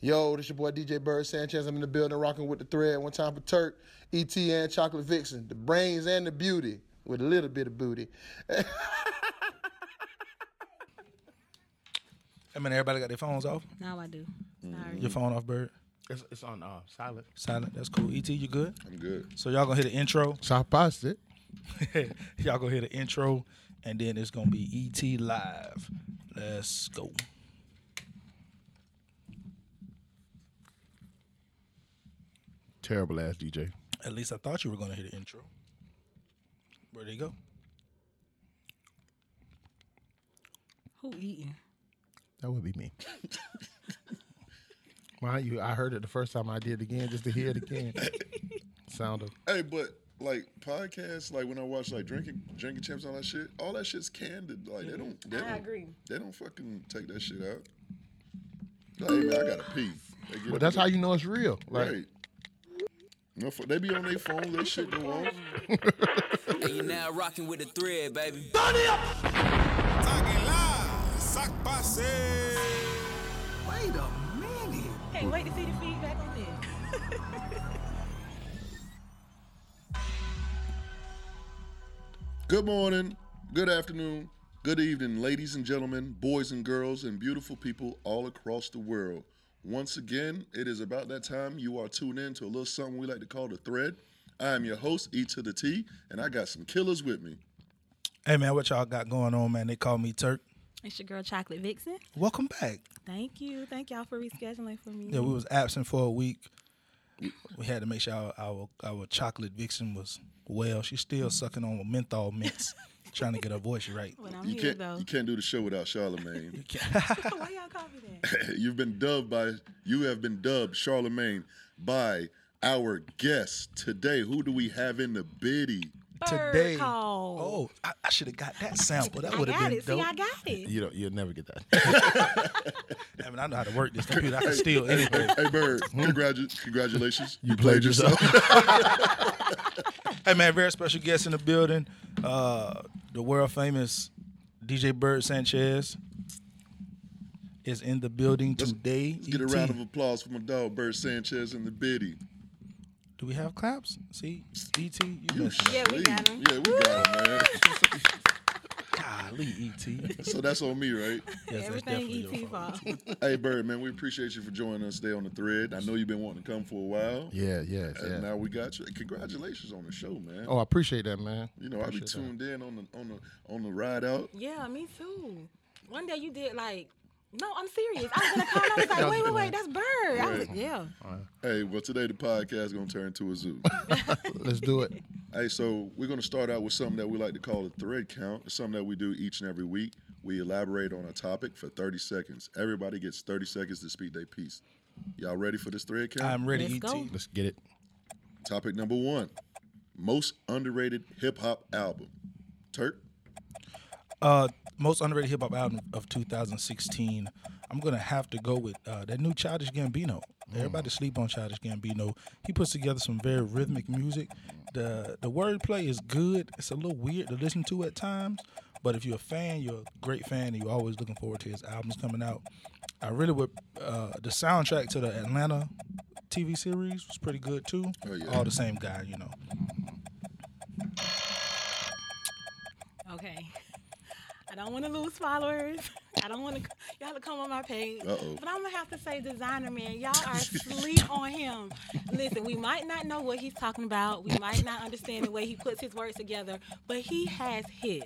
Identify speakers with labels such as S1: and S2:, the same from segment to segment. S1: Yo, this your boy DJ Bird Sanchez. I'm in the building rocking with the thread. One time for Turk, ET and Chocolate Vixen. The brains and the beauty with a little bit of booty.
S2: I mean, everybody got their phones off.
S3: Now I do. Sorry.
S2: Your phone off, Bird.
S4: It's, it's on uh, silent.
S2: Silent. That's cool. Et, you good?
S5: I'm good.
S2: So y'all gonna hit the intro.
S5: So I passed it.
S2: y'all gonna hit the intro, and then it's gonna be Et live. Let's go.
S5: Terrible ass DJ.
S2: At least I thought you were gonna hit the intro. Where'd he go?
S3: Who eating?
S5: That would be me. Mind you, I heard it the first time I did it again just to hear it again. Sound of
S6: Hey, but like podcasts, like when I watch like drinking drinking champs, and all that shit, all that shit's candid. Like they don't. They
S3: Mm-hmm. I
S6: don't,
S3: agree.
S6: They don't fucking take that shit out. Like, hey man, I gotta pee. They get
S5: But
S6: up
S5: that's
S6: and-
S5: how you know it's real. Like
S6: Right. No, fu- they be on their phones. They shit go off.
S7: And you now rocking with the thread, baby.
S3: Can't wait to see the feedback on this.
S6: Good morning. Good afternoon. Good evening, ladies and gentlemen, boys and girls, and beautiful people all across the world. Once again, it is about that time you are tuned in to a little something we like to call the thread. I am your host, E to the T, and I got some killers with me.
S2: Hey man, what y'all got going on, man? They call me Turk.
S3: It's your girl Chocolate Vixen.
S2: Welcome back.
S3: Thank you. Thank y'all for rescheduling for me.
S2: Yeah, we was absent for a week. We had to make sure our our, our chocolate vixen was well. She's still sucking on menthol mints, trying to get her voice right.
S3: but I'm
S6: You
S3: here
S6: can't
S3: though.
S6: you can't do the show without Charlemagne.
S3: Why y'all call me that?
S6: You've been dubbed by you have been dubbed Charlemagne by our guest today. Who do we have in the biddy?
S3: Bird
S2: Today,
S3: call.
S2: oh, I, I should have got that sample. That
S3: I
S2: would have
S3: got
S2: been
S3: it.
S2: dope.
S3: See, I got it.
S5: you don't you'll never get that.
S2: I mean, I know how to work this computer. I can steal anything.
S6: Hey Bird, congratu- congratulations. You
S5: played yourself.
S2: Hey man, very special guest in the building. Uh, the world famous DJ Bird Sanchez is in the building today. E
S6: Get
S5: E
S6: a
S2: ET.
S6: round of applause for my dog Bird Sanchez in the biddy.
S2: Do we have claps? See, ET, you
S6: You
S2: messed up.
S3: Yeah, we got
S6: sleep.
S3: him.
S6: Yeah, we got him, man.
S2: Golly, ET. Yes,
S6: So that's on me, right?
S2: that's definitely
S3: Everything E
S2: your
S3: ET
S2: fault.
S3: fault.
S6: Hey Bird, man, we appreciate you for joining us today on the thread. I know you've been wanting to come for a while.
S5: yeah, yeah,
S6: And
S5: yeah.
S6: now we got you. Congratulations on the show, man.
S5: Oh, I appreciate that, man.
S6: You know, I be
S5: Appreciate that.
S6: tuned in on the on the on the ride out.
S3: Yeah, me too. One day you did like, no, I'm serious. I was gonna call. And I was like, wait, wait, wait, that's Bird. I was like, yeah.
S6: Hey, well today the podcast gonna turn to a zoo.
S5: Let's do it.
S6: Hey, so we're going to start out with something that we like to call a thread count. It's something that we do each and every week. We elaborate on a topic for 30 seconds. Everybody gets 30 seconds to speak their piece. Y'all ready for this thread count?
S2: I'm ready, E ET.
S3: Let's go.
S5: Let's get it.
S6: topic number one most underrated hip hop album. Turk,
S2: Uh, most underrated hip hop album of 2016. I'm gonna have to go with uh, that new Childish Gambino.
S6: Mm.
S2: Everybody sleep on Childish Gambino. He puts together some very rhythmic music. the The wordplay is good. It's a little weird to listen to at times, but if you're a fan, you're a great fan, and you're always looking forward to his albums coming out. I really would. Uh, the soundtrack to the Atlanta TV series was pretty good too.
S6: Oh, yeah.
S2: All the same guy, you know.
S3: Okay. I don't want to lose followers. I don't want to y'all to come on my page.
S6: Uh-oh.
S3: But I'm gonna have to say, designer man, y'all are asleep on him. Listen, we might not know what he's talking about. We might not understand the way he puts his words together, but he has his.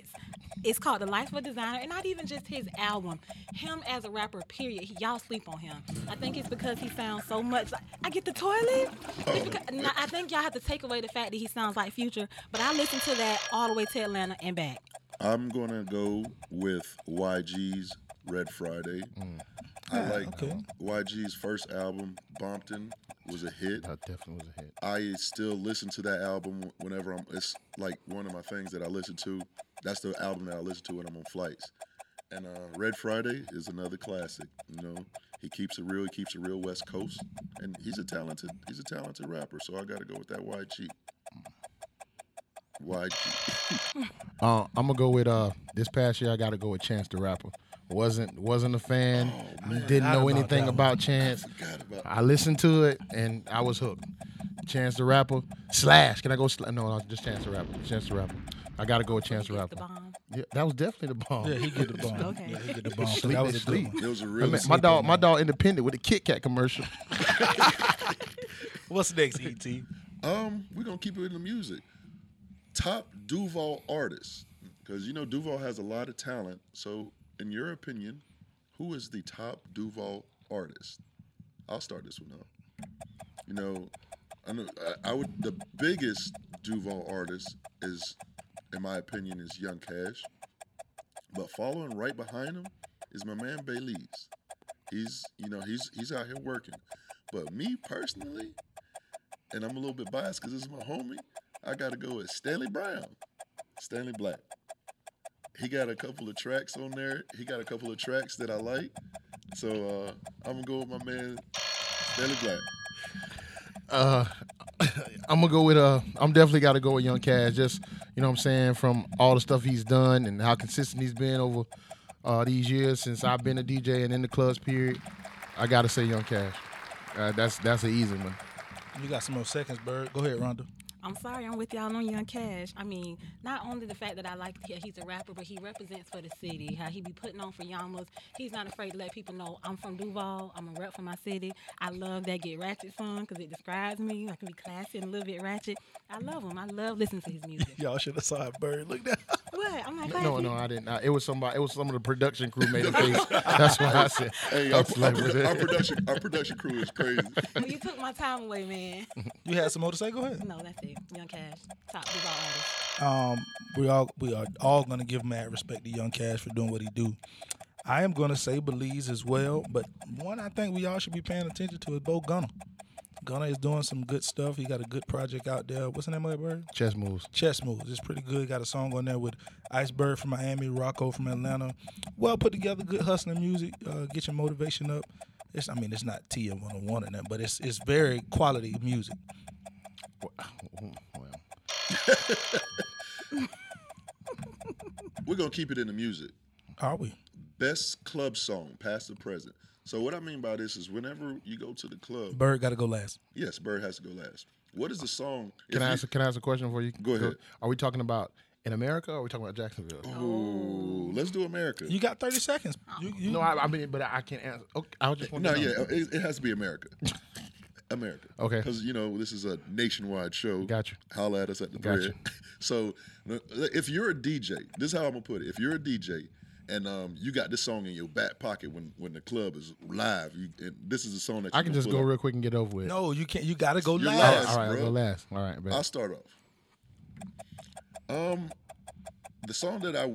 S3: It's called The Life of a Designer, and not even just his album. Him as a rapper, period. He- y'all sleep on him. I think it's because he sounds so much. Like, I get the toilet. It's because- no, I think y'all have to take away the fact that he sounds like Future. But I listened to that all the way to Atlanta and back.
S6: I'm going to go with YG's Red Friday. I like
S2: Mm. okay.
S6: YG's first album, Bompton, was a hit.
S5: That definitely was a hit.
S6: I still listen to that album whenever I'm. It's like one of my things that I listen to. That's the album that I listen to when I'm on flights. And uh, Red Friday is another classic. You know, he keeps it real. He keeps it real West Coast, and he's a talented. He's a talented rapper. So I got to go with that YG. YG.
S5: Uh, I'm gonna go with uh this past year. I gotta go with Chance the Rapper. Wasn't wasn't a fan. didn't know anything about Chance. I listened to it and I was hooked. Chance the Rapper slash. Can I go? Sla- no, no, just Chance the Rapper. Chance the Rapper. I gotta go with Chance the
S3: It's the
S5: Rapper.
S3: bomb.
S5: Yeah, that was definitely the bomb.
S2: Yeah, he get the bomb.
S3: Okay.
S2: Yeah, he get the bomb. So that was a good one.
S6: It was a
S5: I
S6: real.
S5: mean, my dog, my dog, independent with a Kit Kat commercial.
S2: What's next, E ET?
S6: Um, we're gonna keep it in the music. Top Duval artists, because you know Duval has a lot of talent. So, in your opinion, who is the top Duval artist? I'll start this one off. You know, I know I, I would. The biggest Duval artist is, in my opinion, is Young Cash. But following right behind him is my man Bailey's. He's you know he's he's out here working. But me personally, and I'm a little bit biased because this is my homie. I gotta go with Stanley Brown, Stanley Black. He got a couple of tracks on there. He got a couple of tracks that I like. So uh, I'm gonna go with my man Stanley Black.
S5: I'm gonna uh, go with uh I'm definitely gotta go with Young Cash. Just you know what I'm saying, from all the stuff he's done and how consistent he's been over uh, these years since I've been a DJ and in the clubs period. I gotta say Young Cash. Uh, that's that's an easy one.
S2: You got some more seconds, Bird. Go ahead, Rhonda.
S3: I'm sorry, I'm with y'all on Young Cash. I mean, not only the fact that I like that he's a rapper, but he represents for the city. How he be putting on for Yamas. He's not afraid to let people know I'm from Duval. I'm a rep for my city. I love that Get Ratchet song because it describes me. I can be classy and a little bit ratchet. I love him. I love listening to his music.
S2: Y'all should have saw Bird. Look that.
S3: what? I'm not classy.
S5: No, no, I didn't. I, it was somebody. It was some of the production crew made a face. That's what I said.
S6: Hey,
S5: I
S6: our,
S5: was
S6: our
S5: like,
S6: produ-
S5: what the-
S6: our production our production crew is crazy.
S3: Well, you took my time away, man.
S2: You had some more to say. Go ahead.
S3: No, that's it. Young Cash, top Duval artist.
S2: Um, we all we are all gonna give mad respect to Young Cash for doing what he do. I am gonna say Belize as well, but one I think we all should be paying attention to is Bo Gunner. Gunner is doing some good stuff. He got a good project out there. What's the name of that bird?
S5: Chess moves.
S2: Chess moves. It's pretty good. Got a song on there with Iceberg from Miami, Rocco from Atlanta. Well put together, good hustling music. Uh, get your motivation up. It's I mean it's not TM 101 in that, but it's it's very quality music.
S5: Well,
S6: We're gonna keep it in the music.
S2: Are we?
S6: Best club song, past or present. So what I mean by this is whenever you go to the club,
S2: Bird got to go last.
S6: yes, Bird has to go last. What is the song?
S5: can
S6: if
S5: I
S6: you-
S5: ask? Can I ask a question for you?
S6: Go ahead.
S5: Are we talking about in America? or Are we talking about Jacksonville?
S6: Oh. Ooh, let's do America.
S2: You got 30 seconds. You, you,
S5: No, I, I mean, but I can't answer. Okay, I just want
S6: No,
S5: to know.
S6: yeah, uh, it, it has to be America. America.
S5: Okay.
S6: Because, you know, this is a nationwide show.
S5: Gotcha.
S6: Holla at us at the
S5: Gotcha.
S6: thread. So if you're a DJ, this is how I'm going to put it. If you're a DJ and um, you got this song in your back pocket when, when the club is live, you, and this is the song that
S5: I
S6: you
S5: can
S6: gonna
S5: just
S6: pull
S5: go
S6: up.
S5: real quick and get over with.
S2: No, you can't. You got to go
S6: You're
S2: last.
S6: last.
S5: Oh, All right, I'll
S6: bro.
S5: go last. All right, bet.
S6: I'll start off. Um, the song that I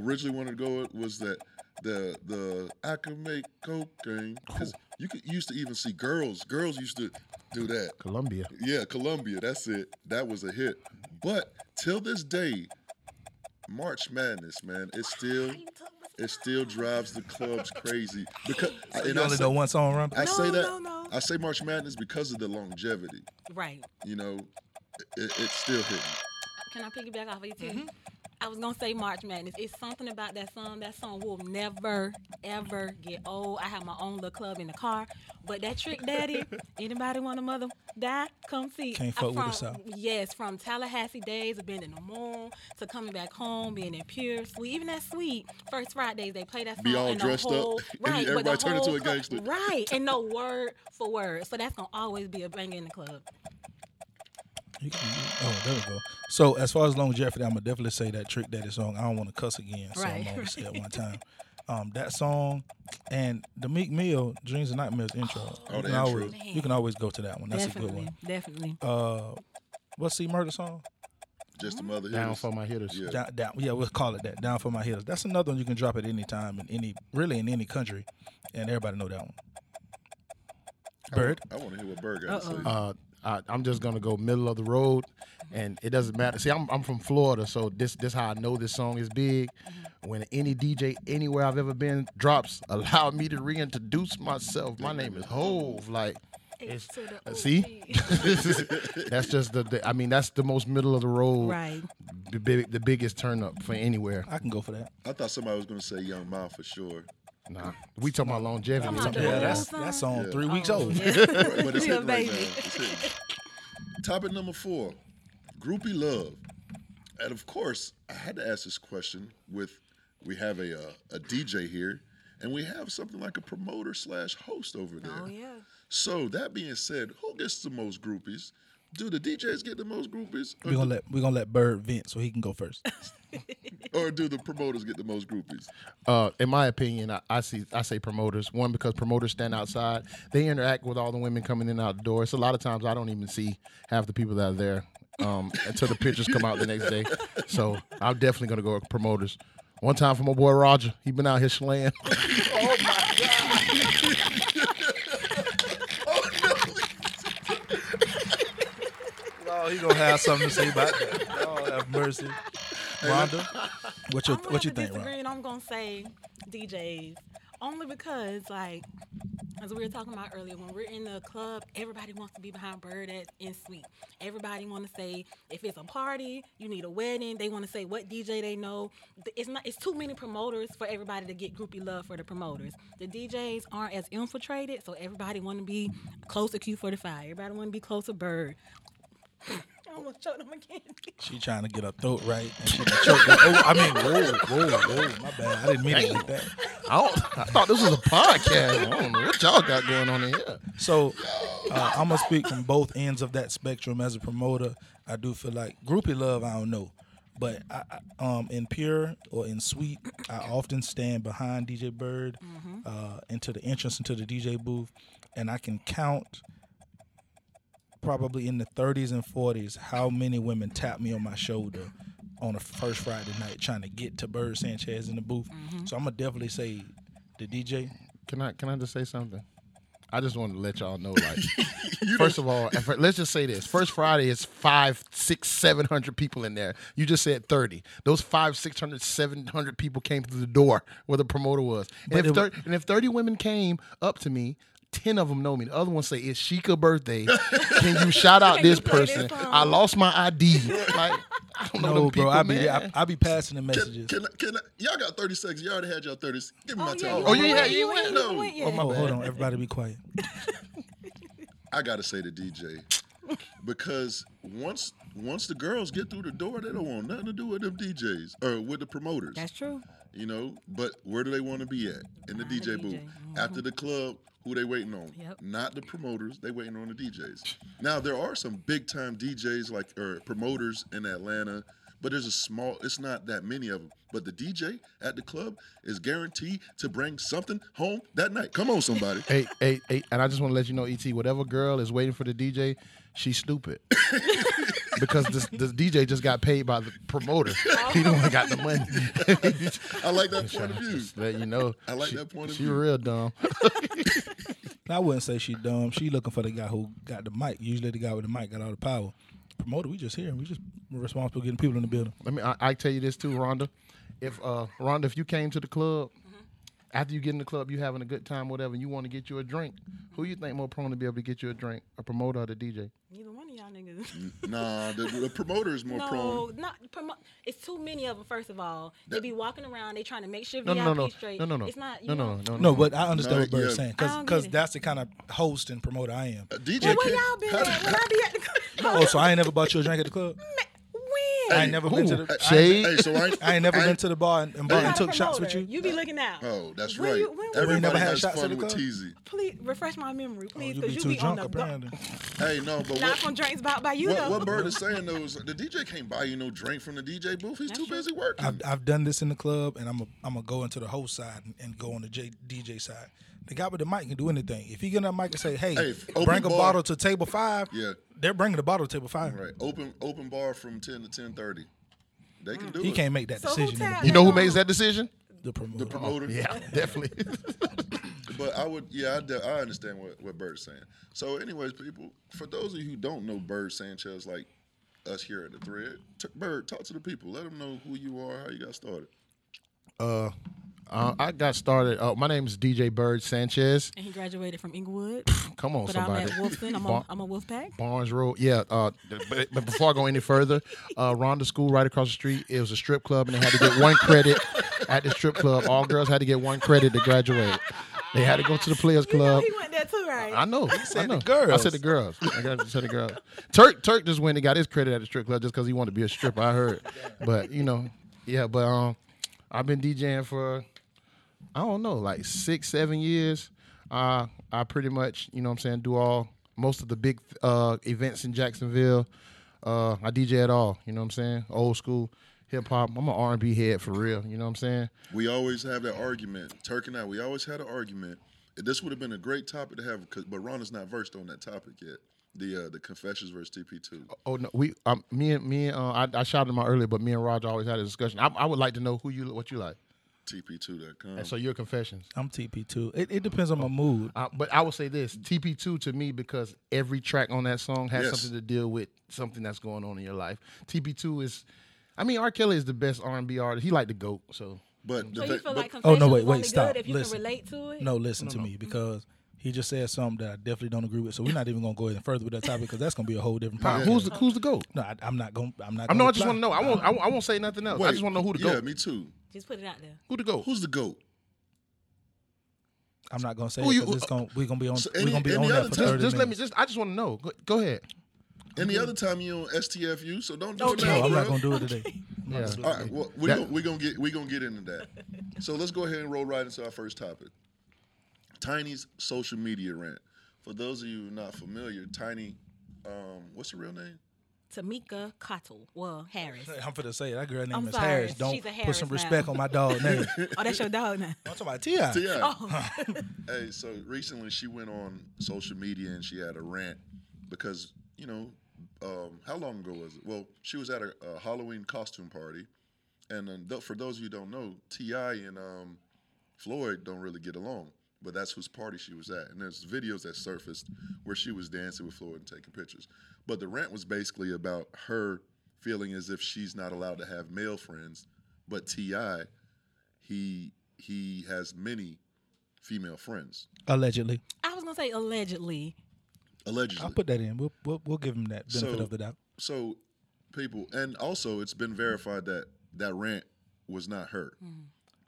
S6: originally wanted to go with was that the the I can make cocaine because you could you used to even see girls. Girls used to do that.
S5: Columbia.
S6: Yeah, Columbia. That's it. That was a hit. But till this day, March Madness, man, it still it still drives the clubs crazy because and
S2: You
S6: I
S2: only
S6: say,
S2: know one song, Rumble.
S6: I say
S3: No,
S6: that
S3: no, no.
S6: I say March Madness because of the longevity.
S3: Right.
S6: You know, it, it's still hitting.
S3: Can I piggyback off of you too? I was gonna say March Madness. It's something about that song. That song will never, ever get old. I have my own little club in the car, but that Trick Daddy. anybody want a mother die? Come see.
S2: Can't
S3: I
S2: fuck with
S3: from-
S2: us out.
S3: Yes, from Tallahassee days of being in the moon to coming back home, being in pure sweet. Even that sweet first Fridays, they play that song.
S6: Be all
S3: and the
S6: dressed up,
S3: whole,
S6: and
S3: right? but the
S6: everybody turn into
S3: whole
S6: a
S3: club-
S6: gangster.
S3: Right, and no word for word. So that's gonna always be a banger in the club.
S2: You can- oh, there we go. So as far as longevity, I'm gonna definitely say that Trick Daddy song. I don't want to cuss again, so I'm
S3: Right,
S2: gonna only say it one time. Um, that song and the Meek Mill Dreams and Nightmares intro. you,
S6: Oh, the
S2: can
S6: intro.
S2: always, you can always go to that one. That's a good
S3: definitely,
S2: one. Uh,
S3: definitely.
S2: What's the murder song?
S6: Just another hit.
S5: Down for my hitters.
S6: Yeah.
S2: Down, down, yeah, we'll call it that. Down for my heels. That's another one you can drop at any time in any, really in any country, and everybody know that one. Bird,
S6: I want to hear what Bird got to say.
S3: Uh-uh.
S5: Uh, I, I'm just gonna go middle of the road, and it doesn't matter. See, I'm, I'm from Florida, so this this how I know this song is big.
S3: Mm-hmm.
S5: When any DJ anywhere I've ever been drops, allow me to reintroduce myself. My name is Hove. Like,
S3: It's to the
S5: uh, see, that's just the, the. I mean, that's the most middle of the road.
S3: Right.
S5: The, big, the biggest turn up for anywhere.
S2: I can go for that.
S6: I thought somebody was going to say Young Ma for sure.
S5: Nah, we talking about longevity.
S3: Come on,
S5: Yeah.
S2: Yeah,
S3: Little
S2: that's
S3: son.
S2: that's on three weeks
S3: Oh,
S2: old.
S3: yeah.
S6: Right, but it's
S3: Yeah,
S6: hitting right now.
S3: baby.
S6: It's hitting. Topic number four, groupie love. And of course, I had to ask this question with, we have a, uh, a DJ here, and we have something like a promoter slash host over there.
S3: Oh, yeah.
S6: So that being said, who gets the most groupies? Do the DJs get the most groupies? Or,
S2: We're gonna let we're gonna let Bird vent so he can go first.
S6: or do the promoters get the most groupies?
S5: uh, in my opinion, I, I see I say promoters. One because promoters stand outside; they interact with all the women coming in and out the door. So a lot of times I don't even see half the people that are there um, until the pictures come out the next day. So I'm definitely gonna go with promoters. One time for my boy Roger, he been out here slaying.
S2: Oh, he gonna have something to say about that. Oh, have mercy, Rhonda. What you
S3: I'm gonna
S2: what you
S3: have to
S2: think,
S3: disagree,
S2: Rhonda?
S3: and I'm gonna say DJs only because like as we were talking about earlier, when we're in the club, everybody wants to be behind Bird at in Sweet. Everybody want to say if it's a party, you need a wedding. They want to say what DJ they know. Th- It's not. It's too many promoters for everybody to get groupie love for the promoters. The DJs aren't as infiltrated, so everybody want to be close to Q45. Everybody want to be close to Bird. I'm gonna choke them again.
S2: She trying to get her throat right, and she done choked. it. Oh, I mean, whoa, whoa, whoa. My bad. I didn't mean it like that.
S5: I, don't, I thought this was a podcast. I don't know what y'all got going on in here.
S2: So uh, I'm gonna speak from both ends of that spectrum as a promoter. I do feel like groupie love. I don't know, but I, I- um, in pure or in sweet, I often stand behind DJ Bird
S5: Mm-hmm.
S2: uh, into the entrance into the DJ booth, and I can count probably in the 30s and 40s how many women tap me on my shoulder on a first Friday night trying to get to Bird Sanchez in the booth.
S5: Mm-hmm.
S2: So I'm gonna definitely say the DJ.
S5: Can I can I just say something? I just wanted to let y'all know, like, first of all, if- let's just say this: First Friday is five, six, seven hundred people in there. You just said thirty. Those five, six hundred, seven hundred people came through the door where the promoter was. And if,
S2: it wa-
S5: 30, and if thirty women came up to me. Ten of them know me. The other one say, "It's Sheikah birthday. Can you shout out
S3: Can you
S5: this
S3: play this
S5: person?
S3: song?"
S5: I lost my ID. Like, I don't know
S2: No,
S5: them
S2: bro,
S5: people,
S2: I be
S5: man.
S2: I, I be passing the
S6: Can,
S2: messages.
S6: can, I- can I, y'all got 30 seconds. You already had your 30s. Give me my time.
S5: Oh,
S3: you
S5: you
S3: went,
S5: had- you
S3: went, you
S5: went?
S6: No.
S3: went yet.
S2: Oh, hold on, everybody be quiet.
S6: I gotta say the DJ. Because once once the girls get through the door, they don't want nothing to do with them DJs or with the promoters.
S3: That's true.
S6: you know, but where do they want to be at? In the
S3: Behind the
S6: DJ booth.
S3: DJ.
S6: After the club, who they waiting on?
S3: Mm-hmm. Yep.
S6: Not the promoters, they waiting on the DJs. Now there are some big time DJs like or promoters in Atlanta, but there's a small it's not that many of them. But the DJ at the club is guaranteed to bring something home that night. Come on somebody.
S5: Hey, hey, hey, and I just want to let you know, ET, whatever girl is waiting for the DJ, she's stupid. because this, this DJ just got paid by the promoter.
S3: Oh.
S5: He the one got the money.
S6: I like that point of view.
S5: just let you know.
S6: I like
S5: she,
S6: that point of
S5: she
S6: view.
S5: real dumb.
S2: And I wouldn't say she dumb. She looking for the guy who got the mic. Usually the guy with the mic got all the power. Promoter, we just here. We just responsible for getting people in the building.
S5: Let me. I, I tell you this too, Rhonda. If uh, Rhonda, if you came to the club
S3: Mm-hmm.
S5: after you get in the club, you having a good time, whatever, and you want to get you a drink, who you think more prone to be able to get you a drink, a promoter or the DJ?
S3: Neither one of y'all niggas.
S6: Mm, Nah, the, the promoter is more prone.
S3: No, not promo- it's too many of them. First of all, they be walking around. They trying to make sure
S5: No,
S3: VIP
S5: no, no, no,
S3: straight.
S5: no, no, no,
S3: It's not. You
S5: no, no,
S3: know-
S5: no,
S2: No, but I understand
S6: No,
S2: what Bird's
S6: yeah.
S2: saying
S3: I
S2: because
S3: don't get it.
S2: that's the kind of host and promoter I am.
S6: DJ
S3: Well, where
S6: can't-
S3: y'all been at? When I be at the club,
S2: Oh, so I ain't never bought you a drink at the club. I ain't never been to the. I ain't,
S5: uh, Shade.
S6: Hey, so I ain't,
S2: I ain't never
S6: I
S2: been to the bar and, and, bar
S3: you
S2: and
S3: got a
S2: took shots with
S3: promoter.
S2: you.
S3: You be looking out.
S6: Oh, that's
S3: When
S6: right.
S3: you- when was-
S6: Everybody
S2: never had
S6: has
S2: shots at
S6: fun
S2: the
S6: with
S2: club?
S6: Teezy.
S3: Please refresh my memory, please,
S2: Oh, You
S3: because
S2: be
S3: you
S2: too
S3: be, on
S2: drunk,
S3: the go-
S2: apparently.
S6: Hey, no, but
S3: not
S6: what,
S3: from drinks bought by you
S6: what,
S3: though.
S6: what Bird is saying though is the DJ can't buy you no drink from the DJ booth. He's too
S3: true.
S6: busy working.
S2: I've, I've done this in the club, and I'm a, I'm gonna go into the host side and, and go on the J, DJ side. The guy with the mic can do anything. If he get on the mic and say, "Hey,
S6: Hey, if open
S2: bring a
S6: bar-
S2: bottle to table five,
S6: Yeah.
S2: they're bringing the bottle to table five.
S6: right. Open open bar from ten to ten thirty. They
S3: Mm.
S6: can do
S2: He
S6: it.
S2: can't make that
S3: So who
S2: decision. in
S3: tell-
S5: You know who makes that decision?
S2: The, the promoter.
S6: Promoter.
S5: Yeah, definitely.
S6: But I would, yeah, I, de- I understand what, what Bird's saying. So, anyways, people, for those of you who don't know Bird Sanchez, like us here at the Thread, t- Bird, talk to the people. Let them know who you are, how you got started.
S5: uh, Uh, I got started. Uh, my name is DJ Bird Sanchez.
S3: And he graduated from Inglewood.
S5: Come on,
S3: But
S5: somebody.
S3: I'm at Wolfson. I'm,
S5: Bar-
S3: a, I'm a Wolfpack.
S5: Barnes Road. Yeah, uh, th- but, but before I go any further, uh, Rhonda School right across the street. It was a strip club, and they had to get one credit at the strip club. All girls had to get one credit to graduate. They had to go to the Players
S3: You know
S5: Club.
S3: he went there too,
S6: Uh,
S3: right?
S5: I know. I
S2: said
S5: know.
S2: the girls.
S5: I said the girls. I got to say the girls. Turk Turk just went and got his credit at the strip club just because he wanted to be a stripper. I heard, but you know, yeah. But um, I've been DJing for I don't know, like six, seven years. Uh, I pretty much, you know, what I'm saying, do all most of the big uh, events in Jacksonville. Uh, I DJ at all. You know, what I'm saying, old school hip hop. I'm an R&B head for real. You know, what I'm saying.
S6: We always have that argument. Turk and I, we always had an argument. This would have been a great topic to have, 'cause- but Ron is not versed on that topic yet. The uh, the confessions versus TP2.
S5: Oh no, we um, me and me and uh, I, I shouted him out earlier, but me and Roger always had a discussion. I, I would like to know who you what you like.
S6: TP2.com.
S5: And so your confessions.
S2: I'm TP two. It, it depends on my mood.
S5: Uh, but I would say this TP2 to me because every track on that song has
S6: Yes.
S5: something to deal with something that's going on in your life. TP2 is, I mean, R. Kelly is the best R&B artist. He like the goat. So
S3: So
S6: But the
S3: you
S6: thing-
S3: feel
S6: but
S3: like
S2: Oh,
S3: confessions
S2: no, wait,
S3: is
S2: wait,
S3: only
S2: stop.
S3: good if you can
S2: Listen.
S3: relate to it?
S2: No, listen to me because he just said something that I definitely don't agree with. So we're not even gonna go any further with that topic because that's gonna be a whole different podcast.
S5: who's the who's the goat?
S2: no, I, I'm not gonna. I'm not.
S5: I know.
S2: gonna
S5: I
S2: reply.
S5: just want to know. I won't. I won't, I won't say nothing else. I
S6: wait,
S5: just want to know who the
S6: Yeah,
S5: goat.
S6: me too.
S3: Just put it out there.
S5: Who the goat?
S6: Who's the GOAT?
S2: I'm not gonna say
S6: Who
S2: it
S6: you-
S2: 'cause it's gonna, we're gonna be on.
S6: So
S2: we're
S6: any-
S2: gonna be
S6: any
S2: on that
S6: other
S2: for
S6: time-
S5: Just,
S2: 30
S5: just let me.
S2: minutes.
S5: Just I just want to know. Go, go ahead.
S6: Any other time you on STFU, so don't do it
S2: Oh, No,
S6: now,
S2: I'm
S6: bro.
S2: not gonna do it today. I'm not
S5: Yeah.
S2: gonna do it
S6: All
S2: today.
S6: right, well, we're,
S5: That-
S6: gonna, we're gonna get we're gonna get into that. So let's go ahead and roll right into our first topic. Tiny's social media rant. For those of you who are not familiar, Tiny, um, what's her real name?
S3: Tamika Cottle. Well, Harris.
S2: I'm finna say it. That girl name
S3: I'm
S2: is
S3: sorry.
S2: Harris.
S3: She's
S2: Don't
S3: a
S2: put
S3: Harris
S2: some
S3: now.
S2: respect on my dog name. I'm
S3: Oh, that's your dog now.
S2: talking about Ti.
S6: So yeah,
S3: Oh,
S6: hey. So recently she went on social media and she had a rant because you know um, how long ago was it? Well, she was at a, a Halloween costume party, and um, th- for those of you who don't know, Ti and um, Floyd don't really get along, but that's whose party she was at. And there's videos that surfaced where she was dancing with Floyd and taking pictures. But the rant was basically about her feeling as if she's not allowed to have male friends, but Ti, he he has many female friends
S2: Allegedly,
S3: I was gonna say allegedly.
S2: I'll
S6: allegedly.
S2: put that in. We'll we'll, we'll give him that benefit
S6: So-
S2: of the doubt.
S6: so people, and also it's been verified that that rant was not her.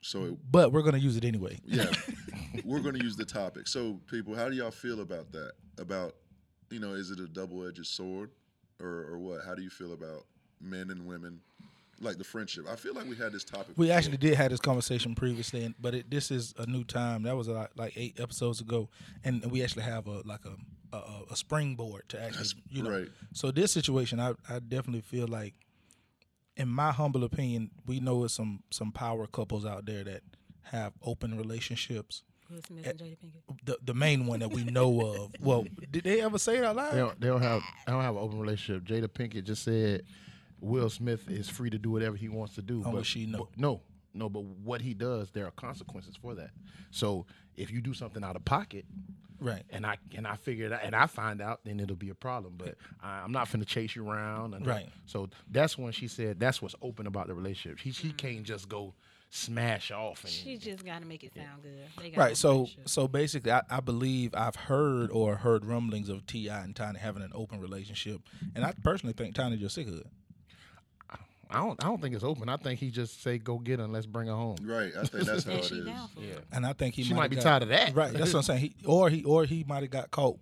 S6: So it,
S2: But we're gonna use it anyway.
S6: yeah, we're going to use the topic. So, people, how do y'all feel about that? About, you know, is it a double edged sword or, or what? How do you feel about men and women, like the friendship? I feel like we had this topic.
S2: We actually did have this conversation previously, and, but it, this is a new time. That was uh, like eight episodes ago, and we actually have a like a a, a springboard to actually you know.
S6: right.
S2: So this situation, I I definitely feel like, in my humble opinion, we know it's some some power couples out there that have open relationships.
S3: Will Smith and Jada Pinkett.
S2: The the main one that we know of. Well, did they ever say it out loud?
S5: They don't, they don't have. I don't have an open relationship. Jada Pinkett just said Will Smith is free to do whatever he wants to do.
S2: Oh, but she know.
S5: but- no, no. But what he does, there are consequences for that. So if you do something out of pocket,
S2: Right.
S5: and I and I figure it out, and I find out, then it'll be a problem. But I, I'm not finna chase you around. And
S2: Right.
S5: So that's when she said that's what's open about the relationship. He he can't just go smash off and
S3: She just gotta make it sound good. They gotta
S2: Right. So
S3: make sure.
S2: so basically, I, I believe I've heard or heard rumblings of Ti and Tiny having an open relationship, and I personally think Tiny just sick of it.
S5: I don't I don't think it's open. I think he just say go get her and let's bring her home.
S6: Right. I think that's how
S3: and
S6: it
S3: she
S6: is.
S3: down for it.
S2: And I think he
S5: She might
S2: have
S5: be
S2: got-
S5: tired of that.
S2: Right. That's what I'm saying. He or he or he might have got caught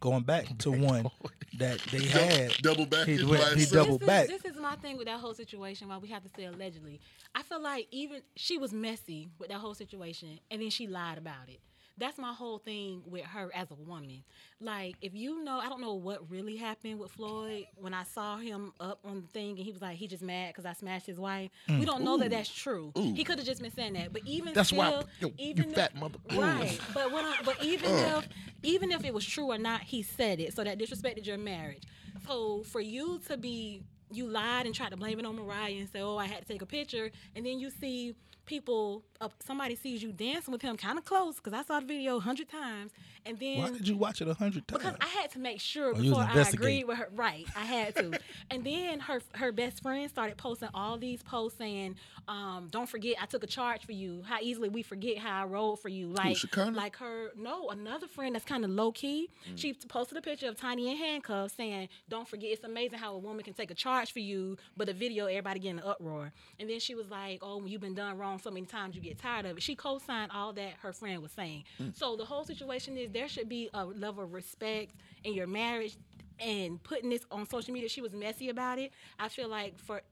S2: going back to one that they had.
S6: double back
S2: He,
S6: is
S2: went-
S6: by
S2: he
S6: itself.
S2: doubled
S3: this
S2: back.
S3: Is, this is my thing with that whole situation. Why we have to say allegedly, I feel like even she was messy with that whole situation, and then she lied about it. That's my whole thing with her as a woman. Like, if you know, I don't know what really happened with Floyd when I saw him up on the thing, and he was like, he just mad because I smashed his wife. We don't know that that's true. He could have just been saying that, but even
S5: Mm. That's
S3: still,
S5: why I- yo, you
S3: even
S5: fat
S3: if,
S5: mother-
S3: right? But when I, but even
S2: Mm.
S3: if even if it was true or not, he said it, so that disrespected your marriage. So for you to be you lied and tried to blame it on Mariah and say, "Oh, I had to take a picture," and then you see people, uh, somebody sees you dancing with him kind of close, because I saw the video a hundred times, and then
S2: Why did you watch it a hundred times?
S3: because I had to make sure
S2: you was
S3: before I
S2: investigating.
S3: agreed with her. Right, I had to. and then her her best friend started posting all these posts saying, um, "Don't forget, I took a charge for you. How easily we forget how I rolled for you." Like,
S6: Shekinah?
S3: like her. No, another friend that's kind of low key. She posted a picture of Tiny in handcuffs saying, "Don't forget, it's amazing how a woman can take a charge for you." But the video, everybody getting an uproar. And then she was like, "Oh, when you've been done wrong so many times, you get tired of it." She co-signed all that her friend was saying. So the whole situation is there should be a level of respect in your marriage. And putting this on social media, she was messy about it. I feel like for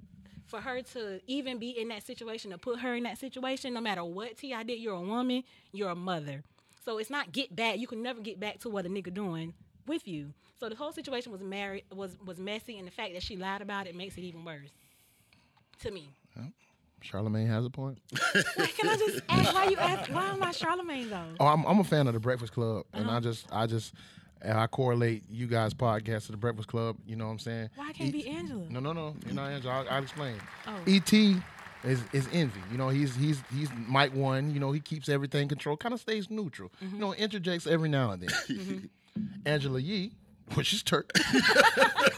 S3: for her to even be in that situation, to put her in that situation, no matter what T I did, you're a woman, you're a mother. So it's not get back. You can never get back to what a nigga doing with you. So the whole situation was married was was messy, and the fact that she lied about it makes it even worse. To me,
S5: Charlemagne has a point.
S3: Wait, can I just ask why you ask? Why am I Charlemagne though?
S5: Oh, I'm, I'm a fan of the Breakfast Club, and
S3: Uh-huh.
S5: I just I just I correlate you guys' podcast to the Breakfast Club. You know what I'm saying?
S3: Why I can't
S5: E-
S3: be Angela?
S5: No, no, no. You're not Angela. I'll, I'll explain.
S3: Oh.
S5: Et is is envy. You know, he's he's he's Mike one. You know, he keeps everything controlled. Kind of stays neutral.
S3: Mm-hmm.
S5: You know, interjects every now and then. Angela Yee, which is Turk,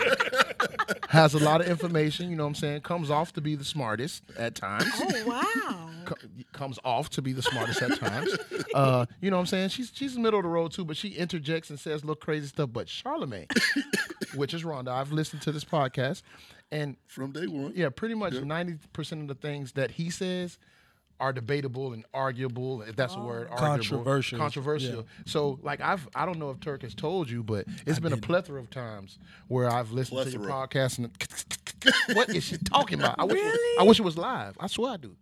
S5: has a lot of information. You know what I'm saying? Comes off to be the smartest at times
S3: Oh wow!
S5: co- comes off to be the smartest at times. Uh, you know what I'm saying? She's she's middle of the road too, but she interjects and says little crazy stuff. But Charlemagne, which is Rhonda, I've listened to this podcast, and
S6: From day one.
S5: yeah, pretty much ninety percent of the things that he says are debatable and arguable, if
S3: Oh.
S5: that's a word. arguable,
S2: Controversial.
S5: Controversial. So, like, I've I don't know if Turk has told you, but it's been a plethora of times where I've listened to your
S6: Plethora.
S5: podcast and what is she talking about? I wish, I wish it was live. I swear I do.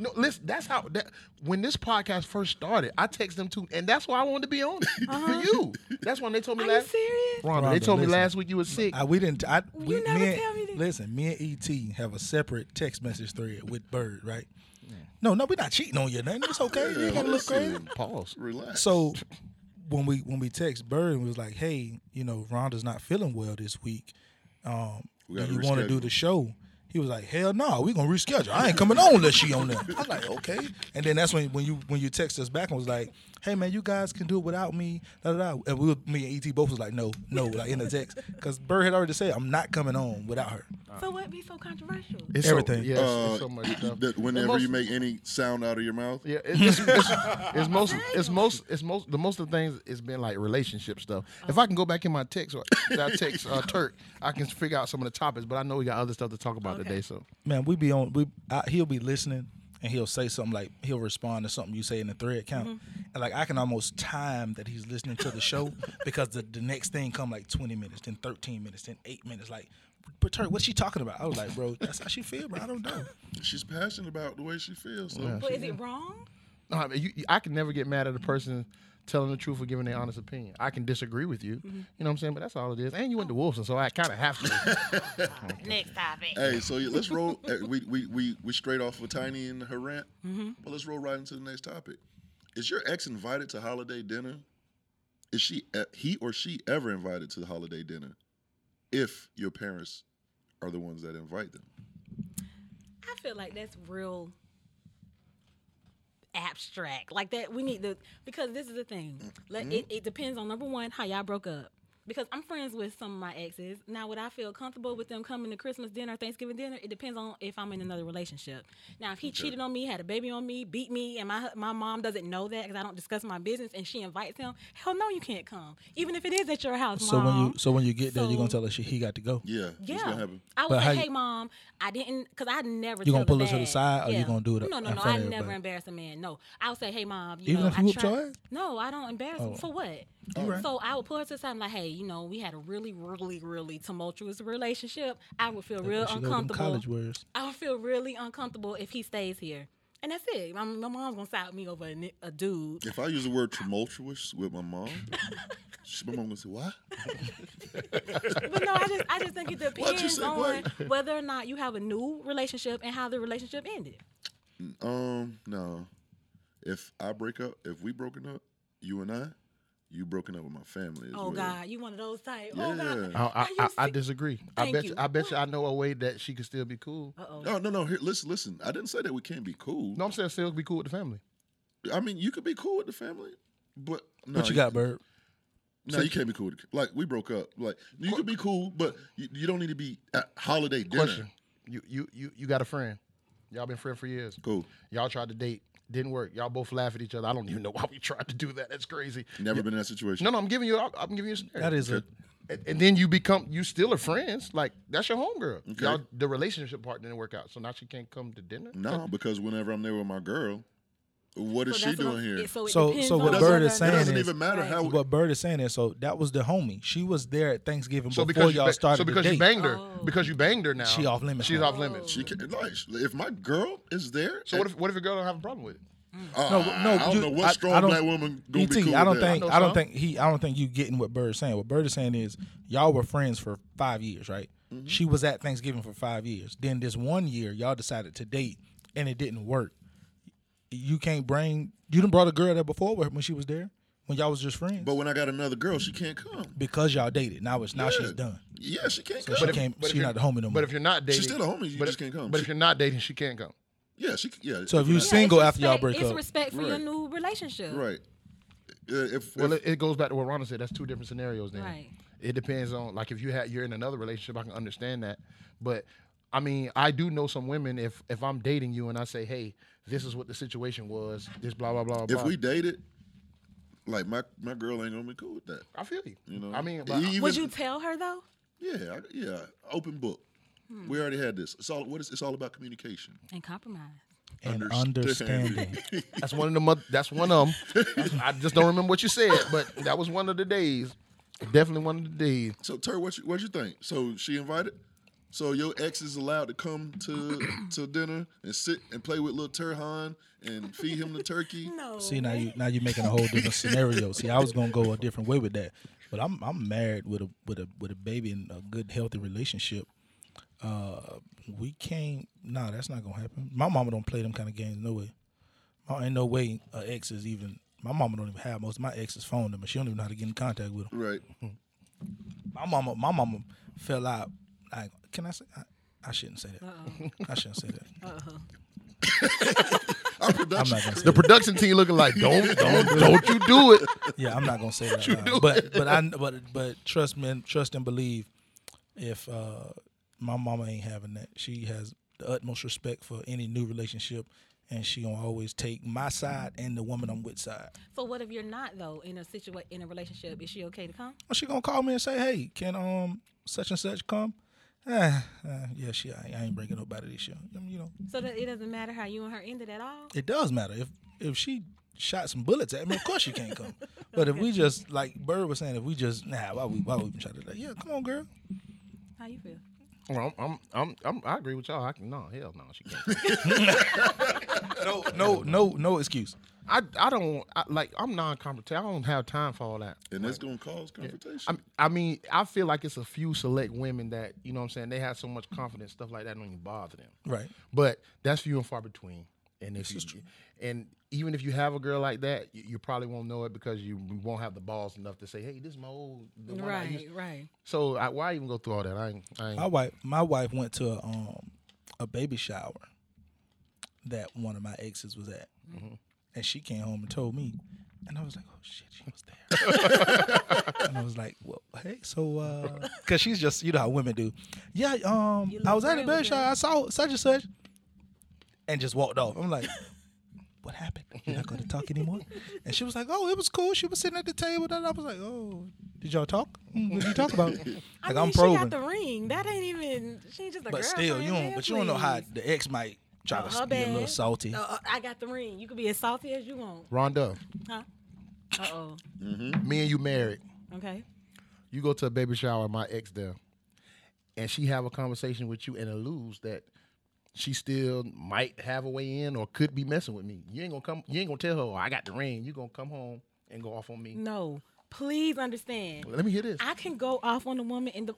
S5: No, listen. That's how that when this podcast first started, I texted them too, and that's why I wanted to be on it for you. That's when they told me
S3: Uh-huh. Are you
S5: last.
S3: serious?
S5: Rhonda, they
S2: Rhonda,
S5: told me
S2: listen.
S5: last week you were sick.
S2: I, we didn't. I, we,
S3: never
S2: me and-
S3: tell me that.
S2: Listen, me and ET have a separate text message thread with Bird, right? No, no, we're not cheating on you. Nothing. It's okay. You ain't gotta look crazy.
S5: Pause.
S6: Relax.
S2: So when we when we text Bird and was like, hey, you know, Rhonda's not feeling well this week. Um, do
S6: gotta
S2: you want to do
S6: reschedule.
S2: the show? He was like, hell no, we gonna reschedule. I ain't coming on unless she on there. I'm like, okay. And then that's when when you when you text us back and was like, hey man, you guys can do it without me. Da, da, da. And we were, me and Et both was like, no, no, like in the text because Bird had already said I'm not coming on without her.
S3: So what be so controversial?
S5: It's
S2: Everything.
S5: So, yeah, it's- it's
S6: Uh,
S5: so much stuff.
S6: that
S5: And
S6: whenever
S5: most-
S6: you make any sound out of your mouth,
S5: yeah, it's, it's, it's, it's most, it's most, it's most. The most of the things it's been like relationship stuff. If I can go back in my text, or that I text uh, Turk, I can figure out some of the topics. But I know we got other stuff to talk about today. So
S2: man, we be on. We I, he'll be listening, and he'll say something like he'll respond to something you say in the thread count,
S3: Mm-hmm.
S2: and like I can almost time that he's listening to the show because the, the next thing come like twenty minutes, then thirteen minutes, then eight minutes. Like, but Turk, what's she talking about? I was like, bro, that's how she feel, bro. I don't know.
S6: she's passionate about the way she feels. So
S3: But is it wrong?
S5: No, I, mean, you, you- I can never get mad at a person telling the truth or giving their honest opinion. I can disagree with you. You know what I'm saying? But that's all it is. And you went to Wolfson, so I kind of have to.
S3: Next topic.
S6: Hey, so yeah, let's roll. eh, we, we we we straight off with Tiny and her rant, but let's roll right into the next topic. Is your ex invited to holiday dinner? Is she eh, he or she ever invited to the holiday dinner? If your parents are the ones that invite them,
S3: I feel like that's real abstract. Like that, we need to because this is the thing. Like it,
S2: Mm-hmm.
S3: it depends on number one how y'all broke up. Because I'm friends with some of my exes. Now, would I feel comfortable with them coming to Christmas dinner, Thanksgiving dinner? It depends on if I'm in another relationship. Now, if he cheated on me, had a baby on me, beat me, and my my mom doesn't know that because I don't discuss my business, and she invites him, hell no, you can't come. Even if it is at your house,
S2: So when
S3: Mom.
S2: you so when you get there, you're gonna
S3: So-
S2: tell her she, he got to go.
S6: yeah, what's gonna
S3: Yeah,
S6: happen?
S3: I
S2: But
S3: would
S2: how
S3: say,
S2: you-
S3: "Hey, mom, I didn't," because I never.
S2: You gonna
S3: tell
S2: pull her to the
S3: bad.
S2: side or you gonna do it
S3: No, no,
S2: in
S3: no.
S2: front
S3: I
S2: of
S3: never
S2: everybody?
S3: embarrass a man. No, I would say, "Hey, mom, you
S2: Even
S3: know,
S2: if he
S3: I
S2: whooped
S3: tried-
S2: your ass? Oh.
S3: No, I don't embarrass him for what?
S2: right.
S3: So I would pull her to the side and like, "Hey, you know, we had a really, really, really tumultuous relationship. I would feel real
S2: She go with them
S3: uncomfortable.
S2: college words.
S3: I would feel really uncomfortable if he stays here." And that's it. My, my mom's gonna side me over a, ni- a dude.
S6: If I use the word tumultuous with my mom, she, my mom gonna say what?
S3: but no, I just I just think it depends
S6: say,
S3: on
S6: what?
S3: whether or not you have a new relationship and how the relationship ended.
S6: Um, no. If I break up, if we broken up, you and I, You broken up with my family as
S3: Oh
S6: well.
S3: God, you one of those type. Oh God.
S5: I,
S6: Yeah.
S5: I, I, I
S3: used to-
S5: disagree. I
S3: Thank
S5: bet you.
S3: you.
S5: I bet you. I know a way that she could still be cool.
S3: Oh,
S6: No, no, no. Here, listen, listen. I didn't say that we can't be cool.
S5: No, I'm saying still be cool with the family.
S6: I mean you could be cool with the family, but no,
S2: What you got, Bird?
S6: No, you can't be cool. With, the- like we broke up. Like you could be cool, but you, you don't need to be at holiday dinner.
S5: Question: You you you you got a friend? Y'all been friends for years.
S6: Cool.
S5: Y'all tried to date, didn't work. Y'all both laugh at each other. I don't even know why we tried to do that. That's crazy.
S6: Never been in that situation.
S5: No, no, I'm giving you. I'm I'm giving you. A scenario.
S2: That is a
S5: and, and then you become you still are friends. Like that's your homegirl.
S6: Okay. Mm.
S5: Y'all the relationship part didn't work out, so now she can't come to dinner.
S6: No, because whenever I'm there with my girl, what is
S3: So
S6: she
S3: that's what
S6: doing
S3: I'm-
S6: here?
S3: it- So, it
S2: So-
S3: depends
S2: so
S3: on
S2: what
S6: It
S3: the
S6: doesn't-
S2: Bird is
S3: other-
S2: saying
S6: it doesn't
S2: is-
S6: even matter how.
S2: what Bird is saying. Is, so that was the homie. She was there at Thanksgiving
S5: So
S2: before
S5: because you
S2: y'all
S5: ba-
S2: started
S5: so because
S2: the
S5: you
S2: date.
S5: banged her, because you banged her now,
S2: She off limits
S5: She's
S2: now.
S5: off limits.
S6: she can, like, if my girl is there,
S5: So what if what if a girl don't have a problem with it?
S2: No,
S6: uh, I-
S2: no,
S6: I don't
S2: dude,
S6: know what
S2: I-
S6: strong
S2: I don't-
S6: black woman gonna
S2: ET,
S6: be cool.
S2: I don't
S6: with that.
S2: think
S5: I know
S2: I don't
S5: some.
S2: think he I don't think you getting what Bird is saying. What Bird is saying is y'all were friends for five years, right?
S6: Mm-hmm.
S2: She was at Thanksgiving for five years. Then this one year y'all decided to date and it didn't work. You can't bring you done brought a girl there before where- when she was there when y'all was just friends
S6: But when I got another girl, she can't come.
S2: because y'all dated. Now it's now she's
S6: Yeah.
S2: done.
S6: Yeah, she can't
S2: She
S6: come.
S2: can't.
S5: but if
S2: She's
S5: you're-
S2: not the homie no more.
S5: But if you're not dating,
S6: still a homie, you
S5: but if-
S6: just can't come.
S5: But if
S6: She-
S5: you're not dating, she can't come.
S6: yeah, she. Yeah.
S2: so if you
S3: Yeah,
S2: single
S3: it's
S2: after y'all
S3: respect-
S2: break
S3: it's
S2: up,
S3: respect for your
S6: Right.
S3: new relationship.
S6: right. Uh, if,
S5: Well,
S6: if
S5: it, it goes back to what Ronna said. That's two different scenarios. Then
S3: Right.
S5: it depends on like if you had you're in another relationship, I can understand that. But I mean, I do know some women. If if I'm dating you and I say, hey, this is what the situation was, this blah blah blah. blah,
S6: if we dated, like my my girl ain't gonna be cool with that.
S5: I feel you.
S6: You know. E,
S5: I mean, but
S6: Even-
S3: Would you tell her though?
S6: Yeah, I- yeah. Open book.
S3: Hmm.
S6: We already had this. It's all what is. It's all about communication.
S3: And compromise.
S2: and
S6: Understanding.
S2: understanding.
S5: that's one of the moth- that's one of them. I just don't remember what you said, but that was one of the days. Definitely one of the days.
S6: So, Tur, what you, what you think? So she invited. So your ex is allowed to come to to dinner and sit and play with little Turhan and feed him the turkey.
S3: No.
S2: See now you now you're making a whole different scenario. See, I was gonna go a different way with that, but I'm I'm married with a with a with a baby and a good healthy relationship. Uh, we can't. Nah, that's not gonna happen. My mama don't play them kind of games. No way. My, ain't no way a ex is even. My mama don't even have most of my ex's phone number. She don't even know how to get in contact with them.
S6: Right.
S2: My mama, my mama fell out. Like, can I say? I, I shouldn't say that. I shouldn't say that.
S6: Our
S2: I'm
S6: production.
S2: not gonna say
S5: The
S2: that.
S5: production team looking like, don't don't don't you do it.
S2: Yeah, I'm not gonna say that. out loud. But but I but but trust me, trust and believe. If uh, my mama ain't having that, she has the utmost respect for any new relationship, and she gonna always take my side and the woman I'm with side.
S3: So what if you're not though in a situation in a relationship? Is she okay to come?
S2: Well, she gonna call me and say, "Hey, can um such and such come?" Eh, eh, yeah, she. I, I ain't bringing nobody this year. I mean, you know,
S3: So that it doesn't matter how you and her ended at all.
S2: it does matter if if she shot some bullets at me. Of course she can't come. But if we just like Bird was saying, if we just nah, why we why we even try to? Yeah, come on, girl.
S3: How you feel?
S5: Well, I'm, I'm, I'm, i agree with y'all. I can, no, hell no, she can't.
S2: No, no, no, no excuse.
S5: I, I don't I, like. I'm non-confrontational. I don't have time for all that.
S6: And that's gonna cause confrontation.
S5: I, I mean, I feel like it's a few select women that you know. what I'm saying they have so much confidence, stuff like that don't even bother them.
S2: Right.
S5: But that's few and far between. And if you, and even if you have a girl like that, you, you probably won't know it because you won't have the balls enough to say, "Hey, this is my old." The one I used.
S3: right.
S5: So I, why even go through all that? I ain't. I ain't
S2: My wife, my wife went to a, um, a baby shower that one of my exes was at, and she came home and told me, and I was like, "Oh shit, she was there." and I was like, "Well, hey, so," uh 'cause she's just, you know how women do. Yeah, um,
S3: You
S2: I
S3: look
S2: was at the
S3: real
S2: baby
S3: good."
S2: shower. I saw such and such, and just walked off. I'm like. What happened? You're not going to talk anymore. And she was like, "Oh, it was cool. She was sitting at the table." And I was like, "Oh, did y'all talk? Mm, What did you talk about?" Like
S3: I mean, she got the ring. That ain't even. She ain't just a
S2: But
S3: girlfriend,
S2: still, you don't.
S3: man,
S2: But you don't know how
S3: please.
S2: the ex might try
S3: Oh,
S2: to
S3: her
S2: be a little
S3: bad.
S2: salty.
S3: Uh, uh, I got the ring. You can be as salty as you want.
S5: Rhonda,
S3: Huh? Uh oh.
S5: me and you married.
S3: Okay.
S5: You go to a baby shower, my ex there, and she have a conversation with you and alludes that she still might have a way in or could be messing with me. You ain't gonna come. You ain't gonna tell her. Oh, I got the ring. You gonna come home and go off on me.
S3: No. Please understand.
S5: Let me hear this.
S3: I can go off on a woman in the.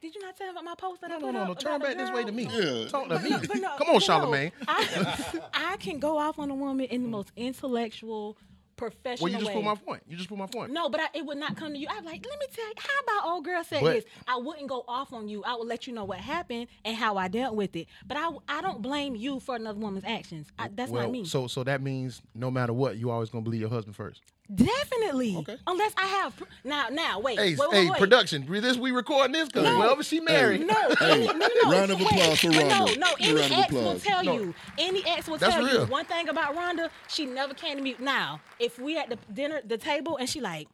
S3: Did you not tell me about my post that I
S5: No,
S3: put
S5: no, no,
S3: up
S5: no.
S3: about
S5: Turn
S3: the
S5: back this way to
S3: girl?
S5: me.
S6: Yeah.
S5: Talk to me.
S3: But no,
S5: Come
S3: but no,
S5: on, Charlemagne.
S3: I, I can go off on a woman in the most intellectual, professional
S5: Well, you just
S3: way.
S5: put my point. You just put my point.
S3: No, but I, it would not come to you. I'm like, let me tell you, how about old girl said
S5: But-
S3: this? I wouldn't go off on you. I would let you know what happened and how I dealt with it. But I, I don't blame you for another woman's actions. I, that's
S5: well,
S3: not me.
S5: so so that means no matter what, you always gonna believe your husband first.
S3: Definitely. Unless I have pr- now, now, wait,
S5: Hey,
S3: wait, wait,
S5: hey,
S3: wait.
S5: production, re- this we recording this because
S3: No.
S5: whoever she married,
S3: No, any, no, no.
S6: round of applause for
S3: Hey, but
S6: Rhonda.
S3: No, no,
S6: Round
S3: any
S6: of
S3: ex will
S6: applause.
S3: tell you. Any ex will
S5: That's
S3: tell
S5: real.
S3: you. One thing about Rhonda, she never came to me. Now, if we at the dinner, the table, and she like,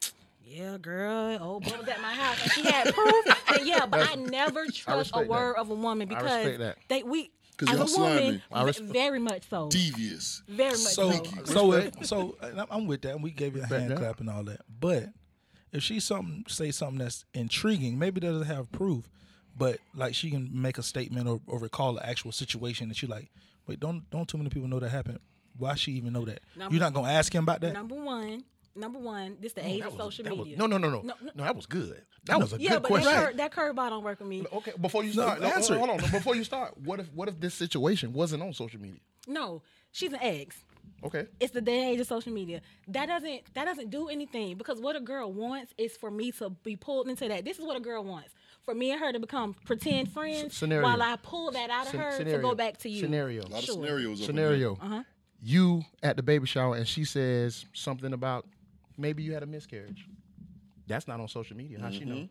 S3: yeah, girl, old boy was at my house, and she had proof. then yeah, but I never trust a
S5: respect that.
S3: word of a woman
S5: I
S3: because
S5: respect that.
S3: they we.
S6: 'Cause
S3: As a
S6: y'all
S3: woman,
S6: slimy.
S5: I
S3: ve-
S5: respect-
S3: very much so.
S6: Devious.
S3: Very much so.
S2: So, so, if, so and I'm- I'm with that. And we gave you a hand
S5: that.
S2: clap and all that. But if she something say something that's intriguing, maybe doesn't have proof, but like she can make a statement or, or recall the actual situation, and she like, wait, don't don't too many people know that happened. Why she even know that?
S3: Number-
S2: You're not gonna ask him about that.
S3: Number one, number one, this the age of social
S5: Oh, that was-
S3: media.
S5: no, no, no, no, no, that was good. That was a
S3: Yeah,
S5: good
S3: but
S5: question.
S3: that, cur- that curveball don't work with me.
S5: Okay, before you start, no,
S2: answer it.
S5: hold on. no, Before you start, what if what if this situation wasn't on social media?
S3: No, she's an ex.
S5: Okay,
S3: It's the day and age of social media. That doesn't that doesn't do anything because what a girl wants is for me to be pulled into that. This is what a girl wants. For me and her to become pretend friends
S5: scenario.
S3: while I pull that out of
S5: Scen-
S3: her to
S5: scenario.
S3: go back to you. Uh-huh.
S5: Scenario.
S6: A lot of
S3: Sure.
S6: scenarios. up in here.
S5: scenario. You at the baby shower and she says something about maybe you had a miscarriage. That's not on social media. How she know?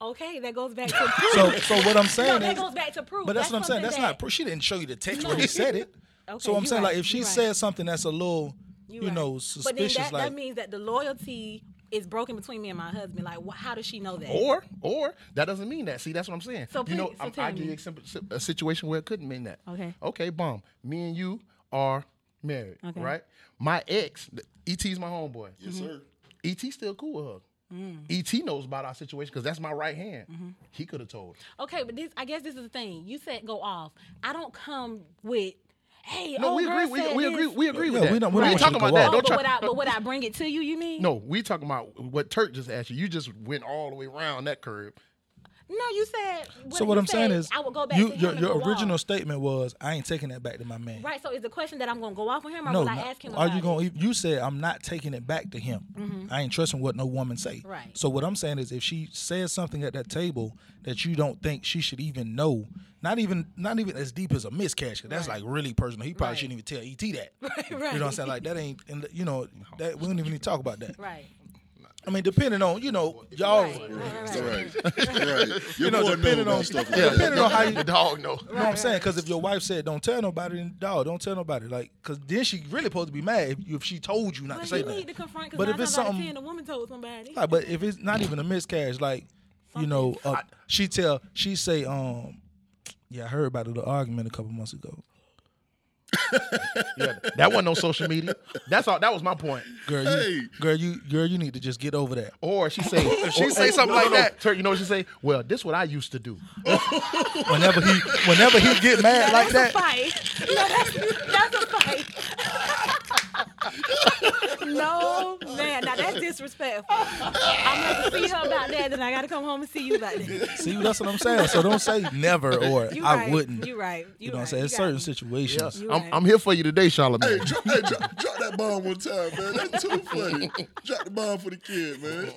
S3: Okay, that goes back to proof.
S2: So, so what I'm
S3: no,
S2: saying
S3: that
S2: is,
S3: goes back to proof.
S2: but that's, what I'm saying.
S3: something
S2: That's
S3: that-
S2: not. proof. She didn't show you the text where he said it.
S3: Okay,
S2: so I'm
S3: you
S2: saying
S3: right,
S2: like if she
S3: you right.
S2: says something that's a little, you,
S3: right.
S2: know,
S3: But then
S2: suspicious,
S3: that,
S2: like
S3: that means that the loyalty is broken between me and my husband. Like, wh- how does she know that?
S2: Oh.
S5: Or or that doesn't mean that. See, that's what I'm saying.
S3: So
S5: you know,
S3: please- so
S5: I'm,
S3: tell
S5: I give
S3: me.
S5: you a, simple- si- a situation where it couldn't mean that.
S3: Okay.
S5: Okay, bomb. Me and you are married,
S3: Okay. Mm-hmm.
S5: right? My ex, ET's my homeboy.
S6: Yes, sir.
S5: ET still cool with
S3: Mm.
S5: her. ET knows about our situation because that's my right hand.
S3: Mm-hmm.
S5: He could have told. her.
S3: Okay, but this I guess this is the thing. You said go off. I don't come with hey,
S5: No,
S3: old
S5: we
S3: girl
S5: agree. We,
S3: said
S5: we
S3: oh, this.
S5: agree. We agree
S2: Yeah,
S5: with that.
S2: we don't- we
S5: We
S2: don't want
S5: ain't talking
S2: you to
S5: about
S2: go
S5: that.
S2: off.
S3: Oh,
S5: Don't
S3: but
S5: try-
S3: would I but would I bring it to you, you mean?
S5: No, we talking about what Turk just asked you. You just went all the way around that curb.
S3: No, you said
S2: So
S3: Oh, you
S2: what I'm
S3: said,
S2: saying is,
S3: I would go back
S2: you-
S3: to him
S2: your
S3: and
S2: your
S3: go
S2: original
S3: off.
S2: statement was, I ain't taking that back to my man.
S3: Right, so is the question that I'm gonna go off on him or
S2: No,
S3: will I
S2: no,
S3: ask him
S2: are
S3: about
S2: you
S3: it? Mm-hmm.
S2: going? You said I'm not taking it back to him. I ain't trusting what no woman say.
S3: Right.
S2: So what I'm saying is, if she says something at that table that you don't think she should even know, not even not even as deep as a miscarriage, 'cause that's like really personal. He probably
S3: Right.
S2: shouldn't even tell Et that. You know
S3: right.
S2: what I'm saying? Like that ain't. And you know that we don't even need to talk about that.
S3: Right.
S2: I mean, depending on you know y'all. all
S3: Right, right,
S6: All
S3: right.
S6: right. All right. Your
S2: know,
S6: boy know
S2: depending
S6: about
S2: on-
S6: stuff like
S2: Yeah,
S6: that.
S2: depending on how you-
S5: the dog know.
S2: You know what I'm saying? Because if your wife said, "Don't tell nobody," then dog, don't tell nobody. Like, because then she really supposed to be mad if, if she told you not
S3: But
S2: to say
S3: you
S2: that.
S3: need to confront because
S2: but if
S3: nine
S2: it's
S3: times out of
S2: something,
S3: ten, the woman told somebody.
S2: like, but if it's not even a miscarriage, like, you know, uh, she tell, she say, um, yeah, I heard about the argument a couple months ago.
S5: Yeah, that wasn't on social media. That's all. That was my point.
S2: Girl, you, girl, you, girl, you need to just get over that.
S5: Or she say, if she
S2: say something like that-
S5: Turk, you know what she say? Well, this what I used to do.
S2: Whenever he, whenever he get mad
S3: Now,
S2: like
S3: that's
S2: that,
S3: a fight. No, that's, that's a fight. no, man. Now that's disrespectful. I'm going to see her about that, then I got to come home and see you about that.
S2: see, that's what I'm saying. So don't say never or
S3: You
S2: I
S3: right.
S2: wouldn't.
S3: You right. You,
S2: You know what I'm saying?
S3: right. You
S2: It's
S3: got
S2: certain
S3: me.
S2: situations.
S3: You
S5: I'm,
S3: right.
S5: I'm here for you today,
S6: Hey,
S5: Charlamagne.
S6: drop, hey drop, drop that bomb one time, man. That's too funny. drop the bomb for the kid, man.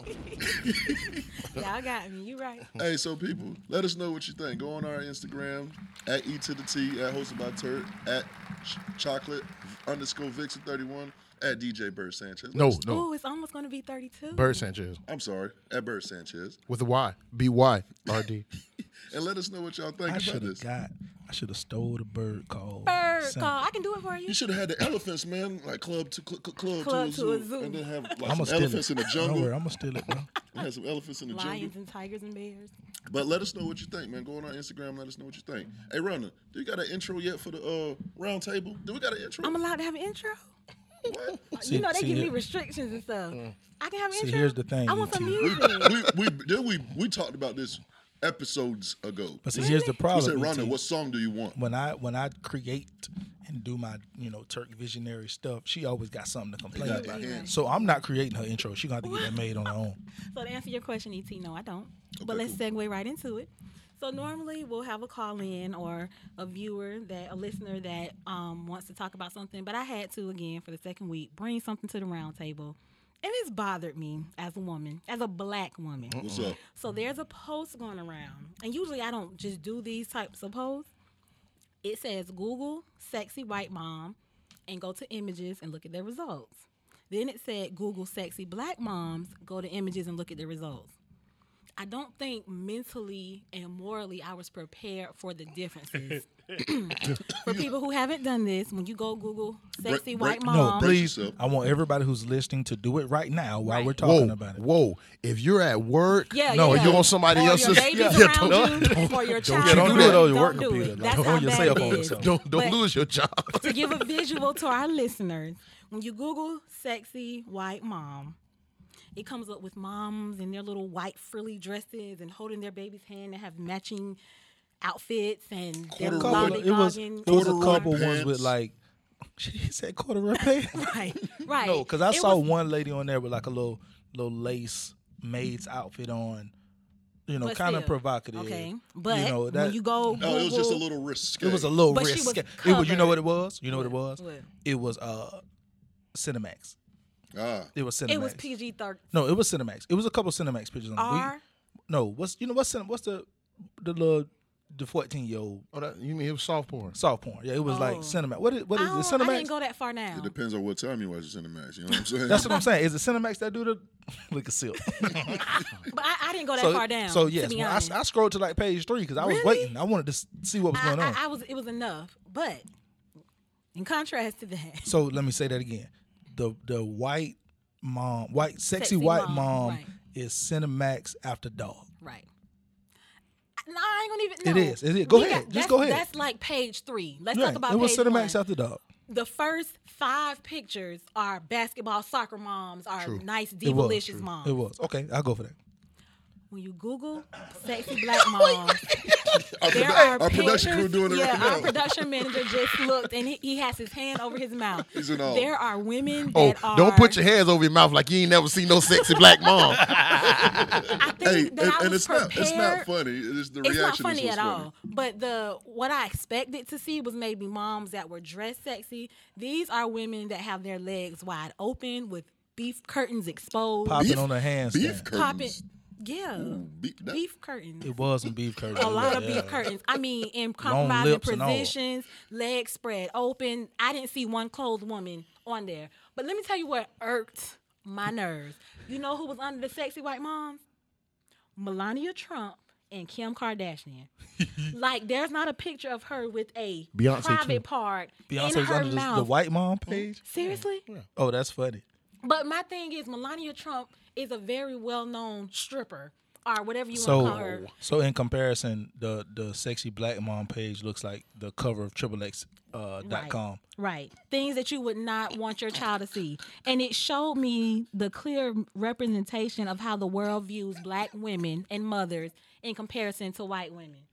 S3: Y'all got me. You right.
S6: Hey, so people, let us know what you think. Go on our Instagram at e to the t at hosted by Turk at ch- chocolate underscore vixen thirty one at DJ Bird Sanchez. Let
S5: No,
S6: us-
S5: no.
S2: Oh.
S3: Ooh, it's almost going to be 32.
S5: Bird Sanchez
S6: I'm sorry, at Bird Sanchez,
S5: with a Y. B Y R D.
S6: and let us know what y'all think
S2: I
S6: about
S2: should have
S6: this.
S2: got. I should have stole the bird call.
S3: Bird
S2: Sam.
S3: call. I can do it for you.
S6: You should have had the elephants, man, like club to cl- cl- club,
S3: Club
S6: to, a zoo, and then have like
S2: I'ma
S6: some
S2: steal
S6: elephants
S2: it.
S6: in the
S2: Don't worry,
S6: jungle.
S2: I'm gonna steal it, bro.
S6: Have some elephants in the jungle.
S3: Lions and tigers and bears.
S6: But let us know what you think, man. Go on our Instagram, let us know what you think. Hey, Runner, do you got an intro yet for the uh, round table? Do we got an intro?
S3: I'm allowed to have an intro.
S6: What? Mm.
S2: See-
S3: you know they
S2: see
S3: give me
S2: here-
S3: restrictions and stuff. I can have an
S2: See,
S3: intro.
S2: here's the thing, E
S3: I want some
S2: ET.
S3: music.
S6: we, we, then we, we talked about this episodes ago.
S2: But see, here's the
S6: We said,
S2: problem. ET.
S6: Runner, what song do you want?
S2: When I when I create and do my you know Turk visionary stuff, she always got something to complain
S6: got it by
S2: about.
S6: hand.
S2: So I'm not creating her intro. She gonna have to get that made on her own.
S3: So to answer your question, ET, E no, I don't.
S6: Okay,
S3: but let's segue right into it. So normally we'll have a call in or a viewer that a listener that um, wants to talk about something, but I had to again for the second week bring something to the round table. And it's bothered me as a woman, as a black woman.
S6: What's up?
S3: So there's a post going around, and usually I don't just do these types of posts. It says Google sexy white mom and go to images and look at their results. Then it said Google sexy black moms, go to images and look at their results. I don't think mentally and morally I was prepared for the differences. for people who haven't done this, when you go Google sexy
S6: Break-
S3: white
S6: break-
S3: mom,
S2: No, please.
S6: yourself.
S2: I want everybody who's listening to do it right now while we're talking
S5: whoa,
S2: about it.
S5: whoa! If you're at work,
S3: Yeah,
S5: no,
S3: yeah.
S5: you're on somebody
S3: or Your
S5: else's.
S3: baby's
S5: yeah,
S3: around
S5: don't,
S3: you, or your child.
S5: don't do
S2: on
S5: that
S2: your
S3: Don't
S2: work
S3: do
S2: computer, like,
S3: it. That's
S2: on
S3: how
S2: your
S3: bad
S2: cell
S3: it
S2: phone or
S3: is.
S2: something.
S5: don't, don't
S3: But-
S5: lose your job.
S3: to give a visual to our listeners, when you Google sexy white mom, it comes up with moms in their little white frilly dresses and holding their baby's hand and have matching outfits and they're
S6: Corduroy.
S2: Couple- it was
S3: lollygogging.
S2: it was a
S6: Corduroy
S2: couple ones
S6: pants.
S2: with like she said corduroy pants.
S3: Right, right.
S2: No, because I
S3: It
S2: saw
S3: was-
S2: one lady on there with like a little little lace maid's outfit on, you know,
S3: But
S2: kind of
S3: still,
S2: provocative.
S3: Okay, but
S2: you know,
S3: when you go, Google,
S6: Oh, it was just a little risk.
S2: it was a low
S3: But she
S2: risk.
S3: was
S2: it was, you know
S3: covered.
S2: what it was? You know what, it was?
S3: What?
S2: It was uh, Cinemax.
S6: Ah,
S2: It was Cinemax.
S3: it was PG thirteen.
S2: No, it was Cinemax. It was a couple Cinemax pictures on it.
S3: R.
S2: We, no, what's you know what's Cine- what's the the little the fourteen year old
S5: Oh, that, you mean it was soft porn?
S2: soft porn? Yeah, it was like
S3: Oh.
S2: Cinemax. What is what
S3: I,
S2: is it?
S3: don't, I didn't
S2: Cinemax?
S3: go that far now.
S6: it depends on what time you watch the Cinemax. You know what I'm saying?
S2: That's what I'm saying. Is it Cinemax that do the look at silk?
S3: But I, I didn't go that
S2: so,
S3: far down.
S2: So
S3: to
S2: yes,
S3: be
S2: when I,
S3: honest.
S2: I scrolled to like page three because I was
S3: Really?
S2: waiting. I wanted to s- see what was
S3: I,
S2: going on.
S3: I, I was it was enough. But in contrast to that,
S2: so let me say that again. The the white mom, white sexy,
S3: Sexy
S2: white
S3: mom,
S2: mom,
S3: right.
S2: is Cinemax after dog.
S3: right. I- No, I ain't
S2: It
S3: gonna even. No.
S2: is, it is. Go
S3: We
S2: ahead. Just
S3: that's-
S2: go ahead.
S3: That's like page three. Let's
S2: Right.
S3: talk about
S2: it was
S3: page one.
S2: Cinemax after dog.
S3: the first five pictures are basketball, soccer moms, are nice,
S2: It was.
S3: divalicious moms.
S2: It was okay. I'll go for that.
S3: When you Google sexy black moms,
S6: our,
S3: there
S6: produ-
S3: are
S6: our production crew
S3: pictures-
S6: doing it
S3: yeah,
S6: right now.
S3: Our production manager just looked and he, he has his hand over his mouth.
S6: He's in awe.
S3: There are women
S5: Oh,
S3: that are.
S5: don't put your hands over your mouth like you ain't never seen no sexy black mom.
S3: I think
S6: hey,
S3: that
S6: and,
S3: I
S6: and
S3: was
S6: it's not it's not
S3: prepared-
S6: funny. It's the
S3: It's
S6: reaction.
S3: not
S6: is
S3: funny
S6: what's
S3: at all. But the what I expected to see was maybe moms that were dressed sexy. These are women that have their legs wide open with beef curtains exposed.
S2: Popping
S6: Beef-
S2: on the
S6: Beef
S2: handstand.
S3: Popping,
S6: curtains.
S3: yeah,
S6: beef- that-
S3: beef curtains.
S2: It was some beef curtains.
S3: a lot of
S2: Yeah.
S3: beef curtains. I mean, in compromising
S2: lips and all.
S3: positions, legs spread open. I didn't see one clothed woman on there. But let me tell you what irked my nerves. You know who was under the sexy white moms? Melania Trump and Kim Kardashian. like, there's not a picture of her with a
S5: Beyonce,
S3: private
S5: too.
S3: part in
S2: Beyonce's
S3: her
S2: under the,
S3: mouth.
S2: the white mom page.
S3: Seriously?
S2: Oh, that's funny.
S3: But my thing is, Melania Trump is a very well-known stripper. Or whatever you want to call her.
S2: So, so in comparison, the the sexy black mom page looks like the cover of triple X uh, dot
S3: Right.
S2: com.
S3: Right. Things that you would not want your child to see. And it showed me the clear representation of how the world views black women and mothers in comparison to white women.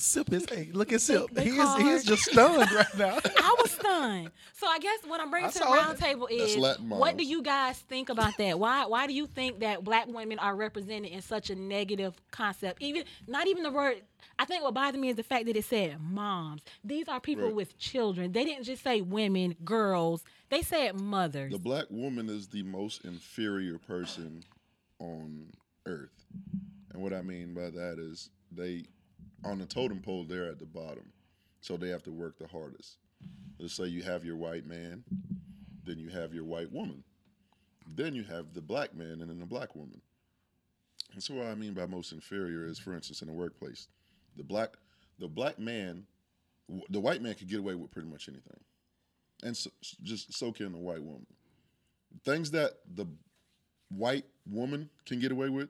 S2: Sip is hey, look at Sip.
S3: They
S2: He is
S3: call
S2: he
S3: her-
S2: is just stunned right now.
S3: I was stunned. So I guess what I'm bringing
S2: I
S3: to the
S2: saw
S3: round
S2: it.
S3: table is
S6: Latin
S3: what do
S6: models.
S3: you guys think about that? Why why do you think that black women are represented in such a negative concept? Even not even the word I think what bothered me is the fact that it said moms. These are people
S6: Right.
S3: with children. They didn't just say women, girls. They said mothers.
S6: The black woman is the most inferior person on earth. And what I mean by that is they on the totem pole they're at the bottom. So they have to work the hardest. Let's say you have your white man, then you have your white woman. Then you have the black man and then the black woman. And so what I mean by most inferior is for instance in the workplace, the black the black man w- the white man could get away with pretty much anything. And so, just soak in the white woman things that the white woman can get away with,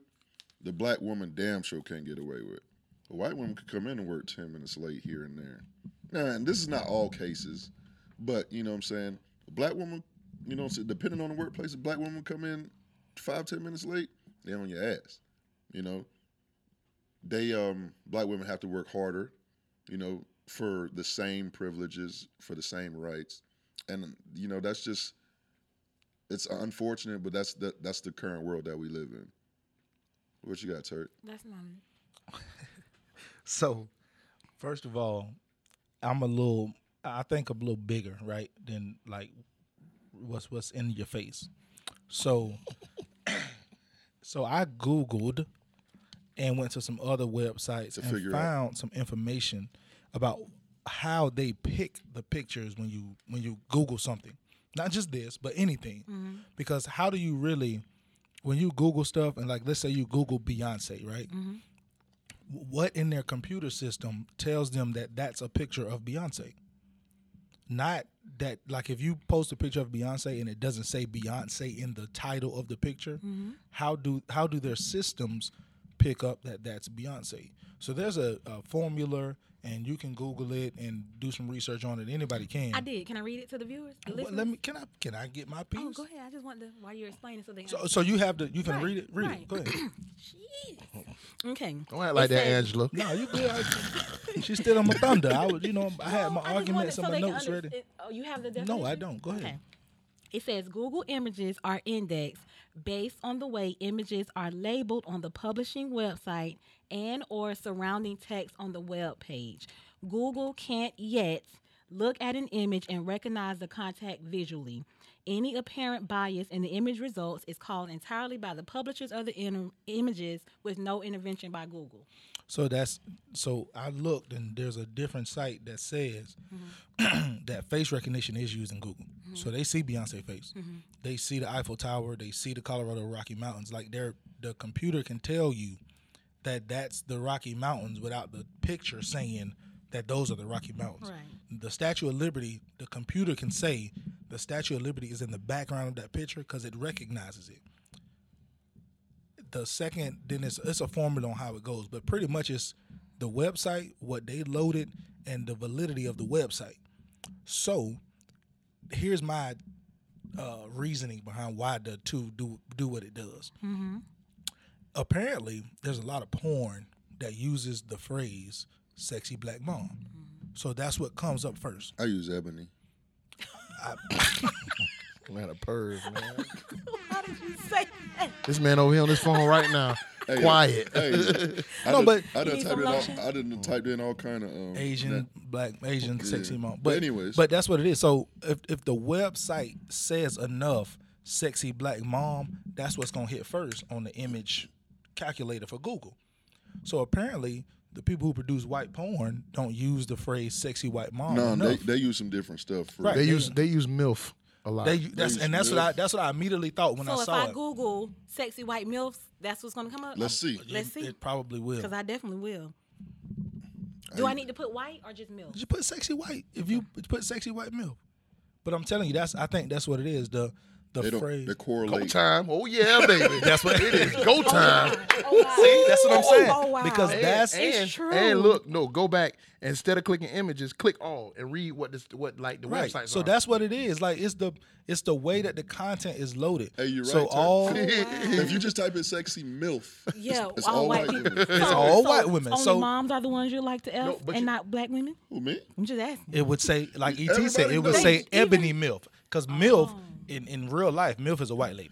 S6: the black woman damn sure can't get away with. A white woman could come in and work 10 minutes late here and there. Now, and this is not all cases, but you know what I'm saying? A black woman, you know what I'm saying? Depending on the workplace, a black woman come in five, 10 minutes late, they on your ass. You know? They, um, black women have to work harder, you know, for the same privileges, for the same rights. And, you know, that's just, it's unfortunate, but that's the that's the current world that we live in. What you got, Turk?
S3: That's not.
S2: So, first of all, I'm a little, I think I'm a little bigger, right, than like what's what's in your face. So, so I googled and went to some other websites and
S6: figure out.
S2: found some information about how they pick the pictures when you when you Google something, not just this, but anything, because how do you really when you Google stuff and like let's say you Google Beyonce, right? what in their computer system tells them that that's a picture of Beyonce. Not that like if you post a picture of Beyonce and it doesn't say Beyonce in the title of the picture,
S3: Mm-hmm.
S2: how do how do their systems pick up that that's Beyonce? So there's a, a formula and you can Google it and do some research on it. Anybody can.
S3: I did. Can I read it to the viewers? The
S2: Well,
S3: listeners?
S2: let me can I can I get my piece?
S3: Oh, go ahead. I just want to while you're explaining so they.
S2: So, so you have the you can
S3: Right,
S2: read it read
S3: right.
S2: it go ahead.
S3: okay.
S5: Don't act like that, Angela.
S2: no, you good. I- She's still on my thunder. I was you know I had my
S3: I just wanted-
S2: arguments
S3: so
S2: and my
S3: they can
S2: notes
S3: understand-
S2: ready.
S3: Oh, you have the definition?
S2: No, I don't. Go ahead.
S3: Okay. It says Google images are indexed based on the way images are labeled on the publishing website and or surrounding text on the web page. Google can't yet look at an image and recognize the contact visually. Any apparent bias in the image results is called entirely by the publishers of the inter- images with no intervention by Google.
S2: So that's so I looked and there's a different site that says that face recognition is used in Google. So they see Beyonce face. They see the Eiffel Tower, they see the Colorado Rocky Mountains. Like their the computer can tell you that that's the Rocky Mountains without the picture saying that those are the Rocky Mountains.
S3: Right.
S2: The Statue of Liberty, the computer can say the Statue of Liberty is in the background of that picture because it recognizes it the second then it's it's a formula on how it goes but pretty much it's the website what they loaded and the validity of the website so here's my uh, reasoning behind why the two do do what it does apparently there's a lot of porn that uses the phrase sexy black mom so that's what comes up first
S6: I use Ebony.
S5: Man, a perv, man.
S3: Why did you say that?
S5: This man over here on his phone right now.
S6: Hey,
S5: Quiet.
S6: Hey, I
S2: No,
S6: done-
S2: but-
S6: I
S3: You
S6: done
S3: need
S6: typed
S3: some
S6: in all,
S3: lotion?
S6: I done typed in all kind of um,
S2: Asian
S6: that-
S2: black Asian sexy mom.
S6: But anyways.
S2: but that's what it is. So if if the website says enough sexy black mom, that's what's gonna hit first on the image calculator for Google. So apparently, the people who produce white porn don't use the phrase "sexy white mom."
S6: No, they,
S2: enough.
S6: they use some different stuff. For,
S2: Right.
S5: They use they use MILF a lot.
S2: They- that's,
S6: use
S2: and that's what
S6: milf.
S2: I that's what I immediately thought when
S3: So
S2: I
S3: if
S2: saw
S3: I
S2: it.
S3: Google sexy white milfs, that's what's gonna come up.
S6: Let's see.
S2: It-
S3: Let's see,
S2: It probably will.
S3: because I definitely will. Do I need to put white or just milf?
S2: Did you put sexy white? If you put sexy white milk, but I'm telling you, that's I think that's what it is. The the
S6: They
S2: phrase
S6: don't.
S5: Go
S6: They correlate.
S5: time. Oh yeah, baby.
S2: That's what it is.
S5: Go time.
S3: Oh, wow.
S2: See, that's what I'm saying.
S3: oh, wow.
S2: Because
S3: And-
S2: that's
S5: and,
S3: It's true.
S5: And look, no, go back instead of clicking images, click all and read what this what like the
S2: right.
S5: website.
S2: So that's what it is. Like it's the it's the way that the content is loaded.
S6: Hey, you're
S2: so
S6: right, Terry.
S2: all
S6: If you just type in "sexy milf,"
S3: Yeah,
S6: it's
S3: all
S6: all
S3: white
S6: white
S3: people.
S6: women.
S2: It's all white women.
S3: Only
S2: So-
S3: moms are the ones you like to F
S5: No, but
S3: and
S5: you-
S3: not black women.
S6: Who me?
S3: I'm just asking.
S2: it would say like ET said,
S6: Everybody
S2: it would
S6: knows.
S2: say
S3: Even-
S2: ebony milf because milf in in real life milf is a white lady.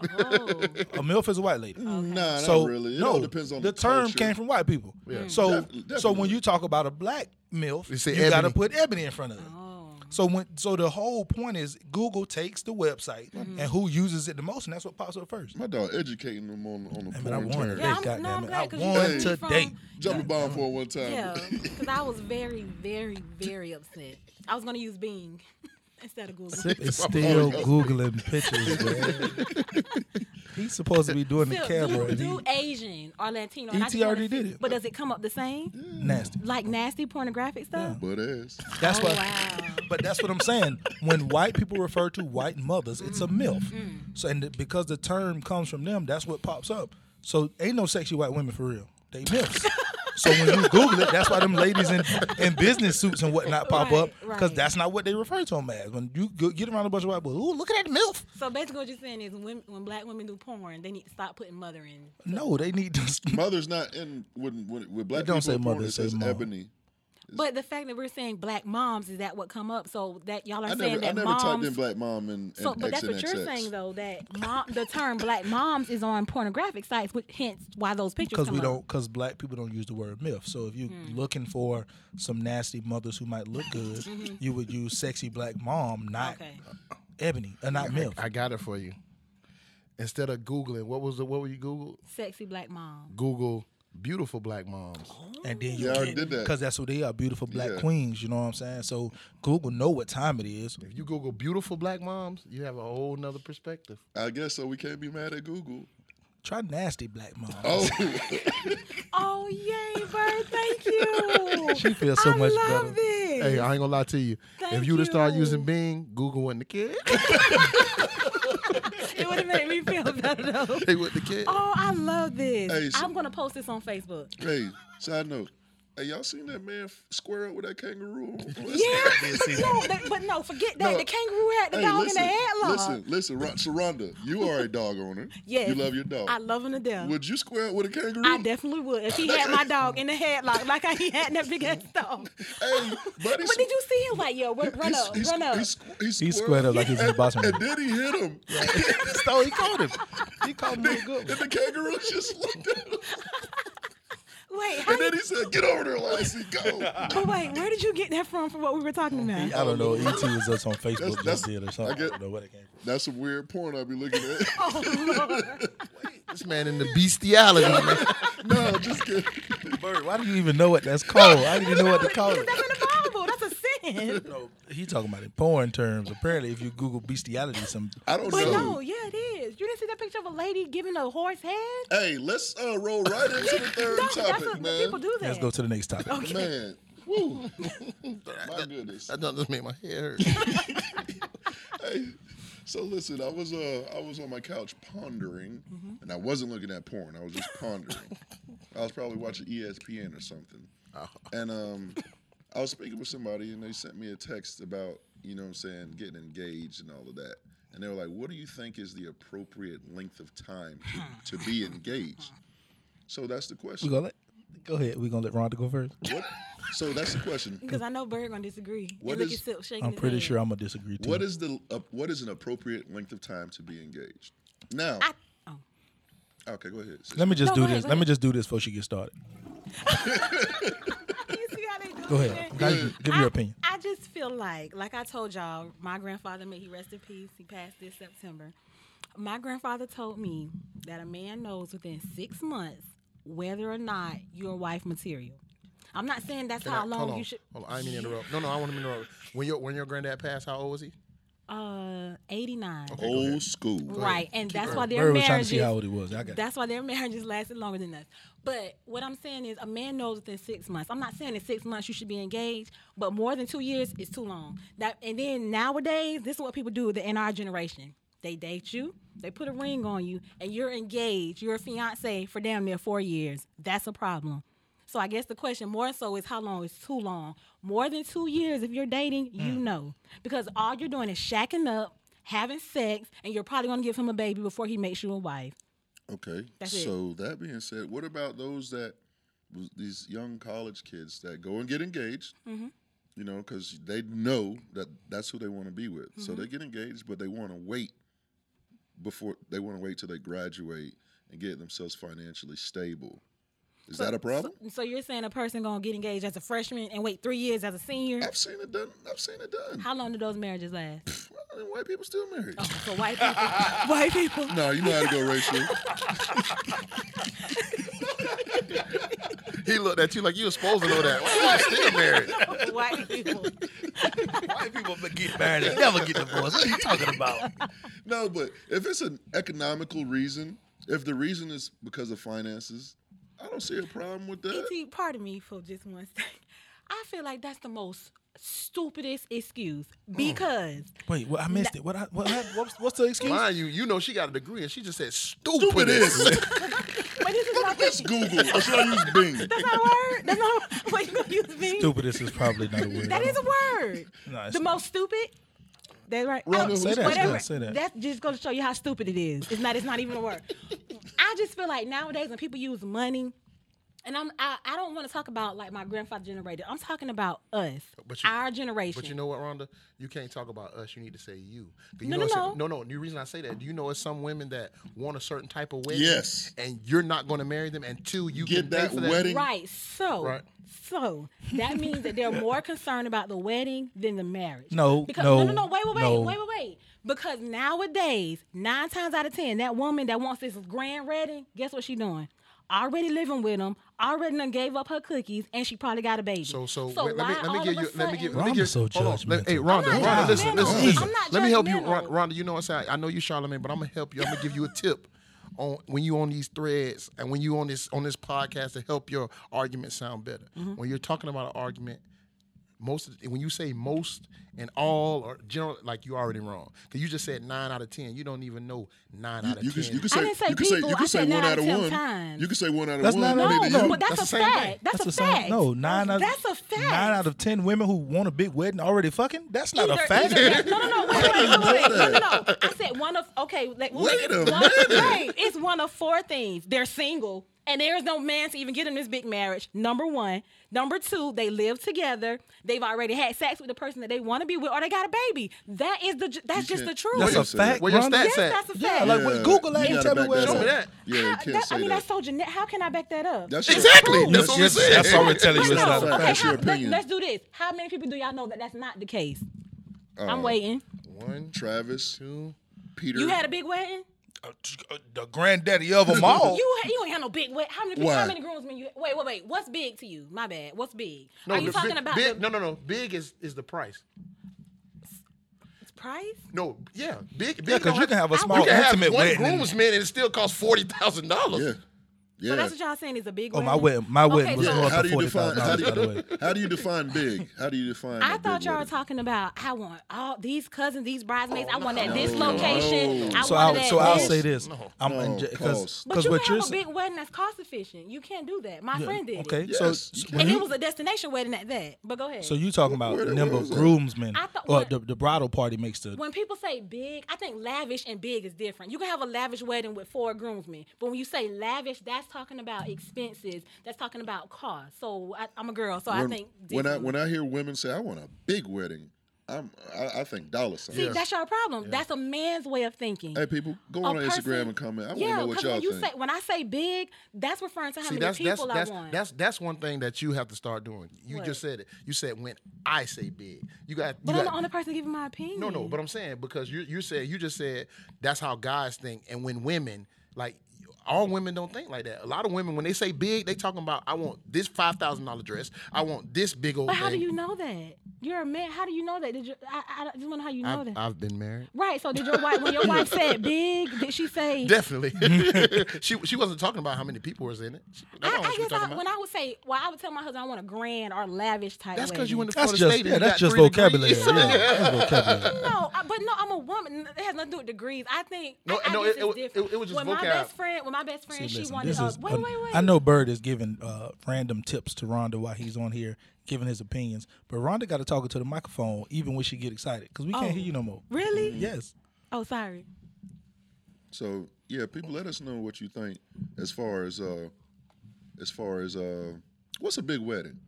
S3: Oh,
S6: Um,
S2: A milf is a white
S3: Mm.
S2: lady.
S6: Nah,
S2: so
S6: not really. It
S2: no,
S6: all depends on the,
S2: term
S6: culture.
S2: came from white people.
S3: Mm.
S2: So
S6: Def-
S2: so when
S6: definitely.
S2: you talk about a black milf,
S5: You say
S2: you got to
S5: ebony.
S2: put ebony in front of it.
S3: Oh.
S2: So when so the whole point is Google takes the website
S3: Mm-hmm.
S2: and who uses it the most, and that's what pops up first.
S6: My dog educating them on on the
S2: Man, I
S6: porn
S2: won
S6: term.
S2: today,
S3: Yeah, I'm-
S2: goddamn
S3: no, I'm
S2: it.
S3: glad
S2: I
S3: 'cause you
S2: won
S3: learned from-
S2: today.
S6: Jump a bomb for one time.
S3: yeah, because I was very, very, very upset. I was gonna use Bing instead of Google.
S2: Sip is still googling pictures, man. He's supposed to be doing
S3: Still,
S2: the camera.
S3: do,
S2: and
S3: do
S2: he- E
S3: Asian or Latino. and I
S2: ET
S3: just wanna
S2: already
S3: see-
S2: did it.
S3: But does it come up the same?
S2: nasty.
S3: Like nasty pornographic stuff?
S6: Butt ass.
S2: That's why.
S3: Oh, wow.
S2: But that's what I'm saying. When white people refer to white mothers, it's a
S3: Mm-hmm.
S2: milf. So and because the term comes from them, that's what pops up. So ain't no sexy white women for real. They milfs. So when you Google it, that's why them ladies in, in business suits and whatnot pop
S3: Right,
S2: up because
S3: right.
S2: that's not what they refer to them as. When you go, get around a bunch of white boys, ooh, look at that milf.
S3: So basically, what you're saying is when, when black women do porn, they need to stop putting mother in.
S2: No, they need to
S6: Mother's not in with with, with black
S2: It don't
S6: people.
S2: say
S6: in porn,
S2: mother,
S6: it
S2: it say
S6: says
S2: mom.
S6: ebony.
S3: But the fact that we're saying black moms is that what come up? So that y'all are
S6: I
S3: saying
S6: never, I
S3: that
S6: never
S3: moms.
S6: typed in black mom and, and
S3: so, but that's
S6: X and
S3: what you're
S6: XX.
S3: saying though. That mom, the term black moms is on pornographic sites, which hence why those pictures.
S2: because
S3: come
S2: we
S3: up.
S2: don't because black people don't use the word MILF. So if you're looking for some nasty mothers who might look good, you would use sexy black mom, not
S3: Okay.
S2: ebony, uh, not MILF.
S5: I got it for you. Instead of Googling, what was the what were you Google?
S3: Sexy black mom.
S5: Google beautiful black moms.
S2: and then you
S6: Yeah, I already
S2: get,
S6: did that.
S2: because that's who they are, beautiful black
S6: Yeah.
S2: queens. You know what I'm saying? So Google know what time it is.
S5: If you Google beautiful black moms, you have a whole nother perspective.
S6: I guess so. We can't be mad at Google.
S2: Try nasty black mom.
S6: Oh,
S3: Oh yay, Bird! Thank you.
S2: She feels so
S3: I
S2: much
S3: love
S2: better. uh,
S3: This.
S5: Hey, I ain't gonna lie to you. if
S3: Thank
S5: you'd have started
S3: you.
S5: using Bing, Google wasn't the kid.
S3: It would have made me feel better though.
S5: they wasn't the kid.
S3: Oh, I love this.
S6: Hey, so-
S3: I'm gonna post this on Facebook.
S6: hey, side note. Hey, y'all seen that man f- square up with that kangaroo? on- on that-
S3: Yeah, no, that- but no, forget that.
S6: No.
S3: The kangaroo had the
S6: Hey,
S3: dog
S6: listen,
S3: in the headlock.
S6: listen, listen, Ron- Sharonda, you are a dog owner.
S3: Yes.
S6: You love your dog.
S3: I love him to death.
S6: Would you square up with a kangaroo?
S3: I definitely would if he had my dog in the headlock like I he had in that big ass dog.
S6: Hey, buddy.
S3: But did you see him like yo, run, run up, run up?
S6: He's, he's,
S2: He squared up like he's his boss man.
S6: And then he hit him.
S2: so he called him. He called him real
S6: and the kangaroo just looked at him.
S3: Wait, how
S6: And
S3: you,
S6: then he said, get over there, Lassie, go.
S3: but wait, where did you get that from? For what we were talking about?
S2: I don't know. ET was us on Facebook
S6: That's- that's-
S2: just did or something. I,
S6: I get-
S2: don't know where it came from.
S6: That's some weird porn I be looking
S3: Oh,
S6: at.
S5: This man in the bestiality. man.
S6: no, just kidding.
S2: Bird, why do you even know what that's called? I didn't even know what to call
S3: Because
S2: it.
S3: that's in the Bible. That's a sin.
S2: No, he talking about in porn terms. Apparently, if you Google bestiality, some
S6: I don't
S3: But
S6: know.
S3: no, yeah, it is. You didn't see that picture of a lady giving a horse head?
S6: Hey, let's uh, roll right into the
S3: No,
S6: third
S3: that's
S6: topic,
S3: what
S6: man.
S3: people do that.
S2: let's go to the next topic.
S6: Man, woo. My goodness.
S5: I done just made my head hurt.
S6: Hey, so listen, I was uh I was on my couch pondering, and I wasn't looking at porn. I was just pondering. I was probably watching E ESPN or something. And um, I was speaking with somebody, and they sent me a text about you know what I'm saying getting engaged and all of that. And they were like, "What do you think is the appropriate length of time to, to be engaged?" So that's the
S2: We
S6: question.
S2: gonna let, go ahead. We gonna let Rhonda go first.
S6: What, so that's the question.
S3: Because I know Bird gonna disagree.
S6: What
S3: and look
S6: is-
S3: at Silk shaking
S2: I'm
S3: his
S2: pretty
S3: head.
S2: sure I'm gonna disagree too.
S6: What is the uh, what is an appropriate length of time to be engaged? Now,
S3: I, oh.
S6: okay, go ahead. sis.
S2: Let me just
S3: No,
S2: do
S3: go ahead,
S2: this.
S3: go
S2: Let me
S3: ahead.
S2: just do this before she gets started.
S3: You see how they do
S2: Go
S3: it?
S2: ahead. Guys, give
S3: I-
S2: your opinion.
S3: I just feel like, like I told y'all, my grandfather, may he rest in peace, he passed this September. My grandfather told me that a man knows within six months whether or not you're wife material. I'm not saying that's how
S5: Hold
S3: long
S5: on.
S3: you should.
S5: Hold on, I didn't mean to interrupt. No, no, I want to interrupt. When your when your granddad passed, how old was he?
S3: Uh, 89.
S6: Old school.
S3: Right, and that's why their
S2: Bird was trying to see
S3: marriages.
S2: how old he was. I got
S3: That's why their marriages lasted longer than us. But what I'm saying is, a man knows within six months. I'm not saying in six months you should be engaged, but more than two years is too long. That and then nowadays, this is what people do. The in our generation, they date you, they put a ring on you, and you're engaged. You're a fiance for damn near four years. That's a problem. So I guess the question more so is how long is too long? More than two years, if you're dating, you know, because all you're doing is shacking up. Having sex, and you're probably gonna give him a baby before he makes you a wife.
S6: Okay.
S3: That's it.
S6: so that being said, what about those that was these young college kids that go and get engaged?
S3: Mm-hmm.
S6: You know, because they know that that's who they want to be with. So
S3: Mm-hmm.
S6: they get engaged, but they want to wait before they want to wait till they graduate and get themselves financially stable. Is that a problem?
S3: So you're saying a person gonna get engaged as a freshman and wait three years as a senior?
S6: I've seen it done. I've seen it done.
S3: How Oh. long do those marriages last?
S6: I mean, white people still married.
S3: So white people, white people.
S6: No, you know how to go racial.
S5: He looked at you like you were supposed to know that. Why you still married?
S3: White people.
S2: White people get married and never get divorced. What are you talking about?
S6: No, but if it's an economical reason, if the reason is because of finances, I don't see a problem with that.
S3: Et, E pardon me for just one second. I feel like that's the most stupidest excuse because
S2: Wait, well, I missed it. What? I, what, hap- what's, what's the excuse?
S5: Mind you, you know she got a degree and she just said
S6: Stupid
S5: stupid.
S6: is.
S3: but this is not
S6: It's Google. Or should I use Bing?
S3: that's not a word. That's not a, what you gonna use me.
S2: Stupidest is probably not a word.
S3: That is a word.
S2: No, it's
S3: the
S2: not.
S3: most stupid. That's right.
S6: Rhonda,
S3: Oh,
S6: say that.
S2: Yeah, say that.
S3: That's just going to show you how stupid it is. It's not. It's not even a word. I just feel like nowadays when people use money And I'm I, I don't want to talk about like my grandfather generation. I'm talking about us,
S5: But you-
S3: our generation.
S5: But you know what, Rhonda? You can't talk about us. You need to say you. 'Cause You
S3: No,
S5: know
S3: no,
S5: some- no, no. The reason I say that, do you know it's some women that want a certain type of wedding?
S6: Yes.
S5: And you're not going to marry them until you
S6: Get
S5: can pay
S6: that
S5: for
S6: wedding.
S3: Right. So,
S5: Right.
S3: so that means that they're more concerned about the wedding than the marriage.
S2: No,
S3: because,
S2: no,
S3: no, no, no. Wait, wait, wait,
S2: no.
S3: wait, wait, wait. Because nowadays, nine times out of ten, that woman that wants this grand wedding, guess what she doing? Already living with him, already done gave up her cookies, and she probably got a baby.
S5: So, so,
S3: so
S5: wait, let me
S3: why
S5: let me
S3: all
S5: give
S3: of a
S5: you let me give let me
S2: Rhonda's
S5: give.
S2: so
S5: hold on, let-
S2: judgmental.
S5: hey, Rhonda,
S3: I'm
S5: Rhonda,
S3: not
S5: listen, listen,
S3: judgmental.
S5: listen.
S3: I'm not
S5: Let me help you, Rhonda,
S3: judgmental.
S5: Rhonda. You know what I'm saying? I know you, Charlamagne, but I'm gonna help you. I'm gonna give you a tip on when you on these threads and when you on this on this podcast to help your argument sound better.
S3: Mm-hmm.
S5: When you're talking about an argument, most of the- when you say most and all or general, like you already wrong because you just said nine out of ten. You don't even know nine out of
S6: You
S5: ten.
S6: can, you can
S3: I
S6: say,
S3: didn't say
S6: you can say,
S3: people,
S6: you can
S3: I
S6: say
S3: said
S6: one
S3: nine
S6: out of
S3: ten
S6: one.
S3: times.
S6: You can say one out of
S2: That's
S6: one.
S2: not
S6: that
S2: a-
S6: ain't
S3: no,
S6: you.
S3: but that's,
S5: That's the
S3: a
S5: same
S3: fact.
S5: thing.
S3: That's,
S2: the
S3: a
S2: same-
S3: fact.
S2: No, nine out
S3: That's a fact.
S2: Nine out of ten women who want a big wedding already fucking. That's not
S3: Either-
S2: a fact.
S3: either that- no, no, no, wait, wait, wait, wait, wait. No, no, no. I said one of okay. Like, well,
S6: Wait a
S3: it's one,
S6: minute.
S3: Wait, it's one of four things. They're single, and there is no man to even get in this big marriage. Number one. Number two, they live together. They've already had sex with the person that they want to be with, or they got a baby. That is the. That's just the
S6: can't-
S3: truth.
S2: That's
S6: Wait
S2: a
S6: a second.
S2: fact.
S5: Where your
S2: Rhonda.
S5: stats
S3: yes,
S5: at?
S3: that's a
S2: Yeah,
S3: fact.
S2: like wait, Google that
S6: you
S2: and tell
S6: gotta
S2: me
S6: back
S2: where. it's
S6: that
S5: Show
S2: at.
S5: me
S6: up.
S5: that.
S6: Yeah, you
S3: How-
S6: can't
S3: that-
S6: say
S3: I mean,
S6: that.
S3: that's so genetic. How can I back that up?
S6: That's your-
S5: Exactly.
S6: That's
S5: That's
S6: your
S5: what I'm
S2: Yes,
S5: saying.
S2: that's all we're telling you.
S3: Wait,
S2: It's
S3: no.
S2: not a
S6: That's
S3: Okay,
S2: fact.
S3: how,
S6: your
S3: let,
S6: opinion.
S3: us do this. How many people do y'all know that that's not the case?
S6: Uh,
S3: I'm waiting.
S5: One,
S6: Travis,
S5: two.
S6: Peter.
S3: You had a big wedding.
S2: Uh, The granddaddy of them all.
S3: You ha- you ain't had no big wet. How many people,
S6: Why?
S3: how many groomsmen you wait wait wait? What's big to you? My bad. What's big? Are you
S5: the
S3: talking
S5: big,
S3: about
S5: big,
S3: the
S5: no, no, no. Big is is the price.
S3: price?
S5: No, yeah, big. big
S2: Yeah, 'cause
S5: don't
S2: you can have a
S5: you
S2: small
S5: can have
S2: intimate
S5: one
S2: wedding.
S5: groomsman and it still costs forty thousand
S6: Yeah.
S5: dollars.
S6: Yeah.
S3: So that's what y'all saying is a big.
S2: Oh,
S3: wedding?
S2: my wedding, my wedding was
S3: so-
S2: going
S6: How
S2: for
S6: do you
S2: forty
S6: define?
S2: thousand
S6: How do
S2: dollars. By the way,
S6: you, how do you define big? How do you define?
S3: I
S6: that
S3: thought
S6: big
S3: y'all were
S6: wedding?
S3: talking about I want all these cousins, these bridesmaids. I want that this location. I
S2: so
S3: want
S2: I'll
S3: that.
S2: so I'll
S3: this.
S2: say this. I'm
S6: No,
S2: because
S6: pause.
S3: But you
S2: what
S3: can
S2: you're
S3: have a
S2: saying.
S3: big wedding that's cost efficient. You can't do that. My friend did.
S2: Okay,
S3: It.
S2: so
S6: Yes, you
S2: so
S6: can.
S2: when
S3: And it
S2: you
S3: was a destination wedding at that. But go ahead.
S2: so you talking about
S6: Where- where
S2: number
S6: was
S2: of
S6: that?
S2: groomsmen
S3: I thought-
S2: or
S3: what-
S2: the, the bridal party makes the
S3: when people say big, I think lavish and big is different. You can have a lavish wedding with four groomsmen, but when you say lavish, that's talking about expenses. That's talking about cost. So I, I'm a girl, so I
S6: When,
S3: think
S6: when I
S3: different.
S6: when I hear women say, "I want a big wedding," I'm I, I think dollar signs.
S3: See, that's your problem. That's a man's way of thinking.
S6: Hey, people, go
S3: A
S6: on Instagram
S3: person-
S6: and comment. I want to
S3: yeah,
S6: know what
S3: 'cause
S6: y'all
S3: when you
S6: think.
S3: say when I say big, that's referring to how
S5: See,
S3: many
S5: that's that's
S3: people
S5: that's,
S3: I want.
S5: that's that's one thing that you have to start doing. You
S3: What?
S5: just said it. You said when I say big, you got. You
S3: but I'm
S5: got
S3: the only person giving my opinion.
S5: no, no. But I'm saying because you you said you just said that's how guys think, and when women like. All women don't think like that. A lot of women, when they say big, they talking about I want this five thousand dollar dress. I want this big old.
S3: but how do
S5: thing."
S3: you know that? You're a man. How do you know that? Did you? I, I just want to know how you know
S5: I've,
S3: that.
S5: I've been married.
S3: right. So did your wife when your wife said big? Did she say?
S5: Definitely. she she wasn't talking about how many people was in it. She-
S3: I,
S5: that's not what
S3: I
S5: she
S3: guess
S5: was talking
S3: I,
S5: about.
S3: when I would say, well, I would tell my husband I want a grand or lavish type.
S5: That's because you in
S3: wedding.
S5: the
S2: That's
S5: Florida
S2: just
S5: state. and
S2: yeah,
S5: you
S2: that's
S5: got
S2: just
S5: three
S2: vocabulary.
S5: degrees.
S2: Yeah, that's vocabulary.
S3: No, I, but no, I'm a woman. It has nothing to do with degrees. I think.
S5: No,
S3: I, I
S5: no,
S3: guess
S5: it-
S3: it's
S5: it was-
S3: different.
S5: it- it was just
S3: when my
S5: vocab.
S3: best friend, when my best friend,
S2: See,
S3: she
S2: listen,
S3: wanted.
S2: this
S3: a
S2: is
S3: wait,
S2: un-
S3: wait, wait.
S2: I know Bird is giving uh, random tips to Rhonda while he's on here giving his opinions, but Rhonda got to talk into the microphone even when she get excited because we can't
S3: Oh.
S2: hear you no more.
S3: Really?
S2: Yes.
S3: Oh, sorry.
S6: So yeah, people, let us know what you think as far as uh, as far as uh, what's a big wedding?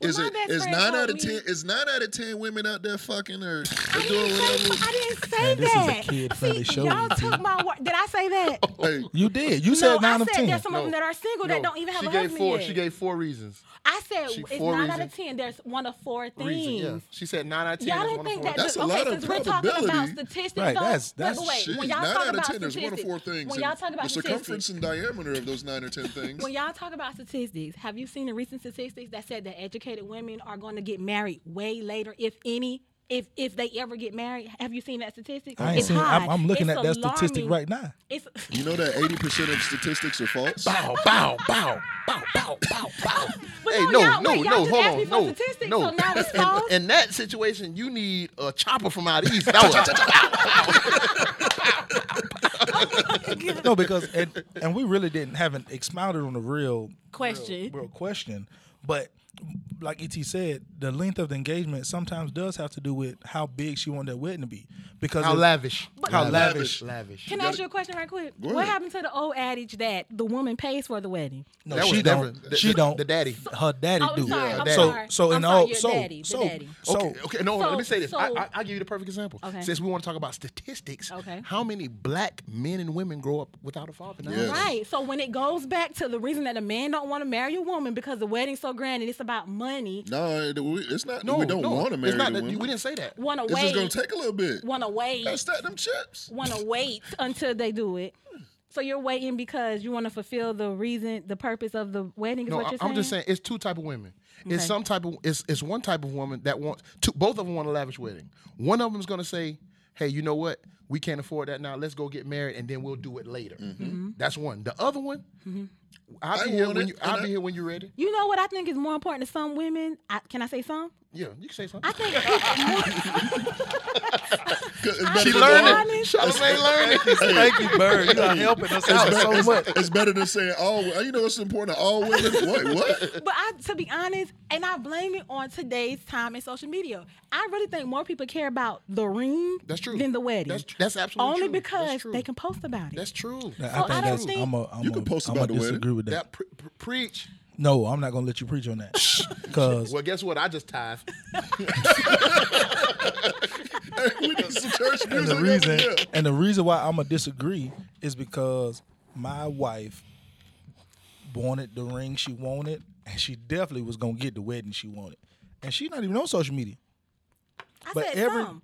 S3: Well,
S6: is
S3: my
S6: it
S3: best
S6: is
S3: friend
S6: nine
S3: told
S6: out of
S3: me-
S6: ten? Is nine out of ten women out there fucking or, or
S3: I
S6: doing
S3: didn't say,
S6: whatever?
S3: I didn't say
S2: this is a
S3: that.
S2: kid-friendly
S3: See,
S2: show,
S3: Y'all
S2: you two.
S3: took my word. Did I say that?
S6: Hey,
S2: You did. You
S3: no,
S2: said
S3: I
S2: nine of
S3: said
S2: ten.
S3: there's some of them that are single that don't even have
S5: she
S3: a
S5: gave
S3: husband
S5: four.
S3: yet.
S5: She gave four reasons.
S3: I said
S5: she-
S3: it's
S5: four
S3: nine out of
S5: reasons.
S3: ten. There's one of four things.
S5: Reasons, yeah. She said nine out of 10
S3: Y'all
S5: is
S3: don't
S5: one
S3: think
S5: of four.
S3: that
S6: That's a
S3: okay,
S6: lot of
S3: since we're talking about
S6: probability.
S3: statistics,
S2: Right,
S3: though,
S2: that's-
S3: wait,
S2: that's
S3: but wait,
S6: shit,
S3: when y'all
S6: nine
S3: talk
S6: out of
S3: about
S6: ten. There's one of
S3: statistics,
S6: four things.
S3: when
S6: and
S3: y'all talk about
S6: the circumference
S3: statistics,
S6: and diameter of those nine or ten things.
S3: when y'all talk about statistics, have you seen the recent statistics that said that educated women are going to get married way later, if any? If, if they ever get married, have you seen that statistic?
S2: I ain't
S3: it's
S2: seen. it.
S3: high.
S2: I'm, I'm looking
S3: It's
S2: at that statistic
S3: alarming.
S2: right now.
S3: It's
S6: you know that eighty percent of statistics are false.
S5: Bow, bow, bow, bow, bow, bow, bow.
S3: But
S5: hey,
S3: no,
S5: no,
S3: y'all-
S5: no,
S3: wait, y'all
S5: no,
S3: just
S5: hold
S3: asked me
S5: on,
S3: for
S5: no,
S3: statistics,
S5: no.
S3: so now it's
S5: In-
S3: false?
S5: in, that situation, you need a chopper from out east. That was
S2: no, because and, and we really didn't haven't expounded on the real
S3: Question.
S2: real, real question. But like Et said, the length of the engagement sometimes does have to do with how big she wanted that wedding to be. Because
S5: How
S2: if-
S5: lavish.
S2: how lavish.
S5: Lavish.
S3: Can I ask you a question right quick?
S6: Go
S3: What
S6: ahead.
S3: happened to the old adage that the woman pays for the wedding?
S2: No,
S5: That was
S2: she
S5: never-
S2: don't.
S5: the-
S2: she
S5: the-
S2: don't.
S5: the daddy.
S2: Her daddy
S3: Oh, I'm
S2: do.
S3: sorry, I'm
S2: so
S3: sorry.
S2: so in
S3: I'm
S2: all
S3: sorry, your
S2: so
S3: daddy, the
S2: so
S3: daddy.
S2: so
S5: okay, okay, no, hold on, let me
S3: So-
S5: say this.
S3: so-
S5: I, I, I'll give you the perfect example.
S3: Okay.
S5: Since we want to talk about statistics,
S3: Okay.
S5: how many black men and women grow up without a father? Now?
S6: Yes.
S3: Right. So when it goes back to the reason that a man don't want to marry a woman because the wedding's so grand and it's about money,
S6: No, it- we- it's not.
S5: No,
S6: we don't
S5: no,
S6: want to marry
S5: it's not
S6: the
S5: that-
S6: women.
S5: We didn't say that.
S3: wanna
S6: It's just
S3: wait,
S6: gonna take a little bit.
S3: wanna wait,
S6: Gotta stack them chips.
S3: wanna wait until they do it. So you're waiting because you want to fulfill the reason, the purpose of the wedding. Is
S5: No,
S3: what
S5: I-
S3: you're
S5: I'm just saying it's two type of women. It's
S3: Okay.
S5: some type of it's it's one type of woman that wants two, both of them want a lavish wedding. One of them is going to say, "Hey, you know what? We can't afford that now. Let's go get married and then we'll do it later."
S3: Mm-hmm.
S5: That's one. The other one, I'll
S6: Mm-hmm. I
S5: be here
S6: want
S5: when
S6: it,
S5: you I'll
S6: and I-
S5: be here when you're ready.
S3: You know what I think is more important to some women? I, can I say some?
S5: Yeah, you can say something.
S3: I think it's more,
S6: 'Cause it's
S3: She
S6: better than
S3: learned
S6: going-
S3: it. honest.
S5: Charlamagne learned it.
S2: Thank you, Bird. You are helping us out so much.
S6: It's better than saying all. You know, it's important to all women. What? What?
S3: But I, to be honest, and I blame it on today's time and social media. I really think more people care about the ring
S5: That's true.
S3: than the wedding.
S5: That's, that's absolutely
S3: Only
S5: true. That's
S3: because
S5: true.
S3: they can post about it.
S5: That's true.
S2: I
S3: Oh, I
S2: think
S3: don't
S2: that's.
S3: think-
S2: I'm a. I'm
S6: You
S2: a,
S6: can post
S2: I'm
S6: about
S2: a
S6: the wedding.
S2: disagree with that.
S5: That pre- pre- preach.
S2: No, I'm not gonna let you preach on that. Cause
S5: Well, guess what? I just tithe.
S6: we need some church music.
S2: and the
S6: over
S2: reason
S6: here.
S2: and the reason why I'm gonna disagree is because my wife wanted the ring she wanted, and she definitely was gonna get the wedding she wanted, and she's not even on social media.
S3: I
S2: but
S3: said
S2: every-
S3: some.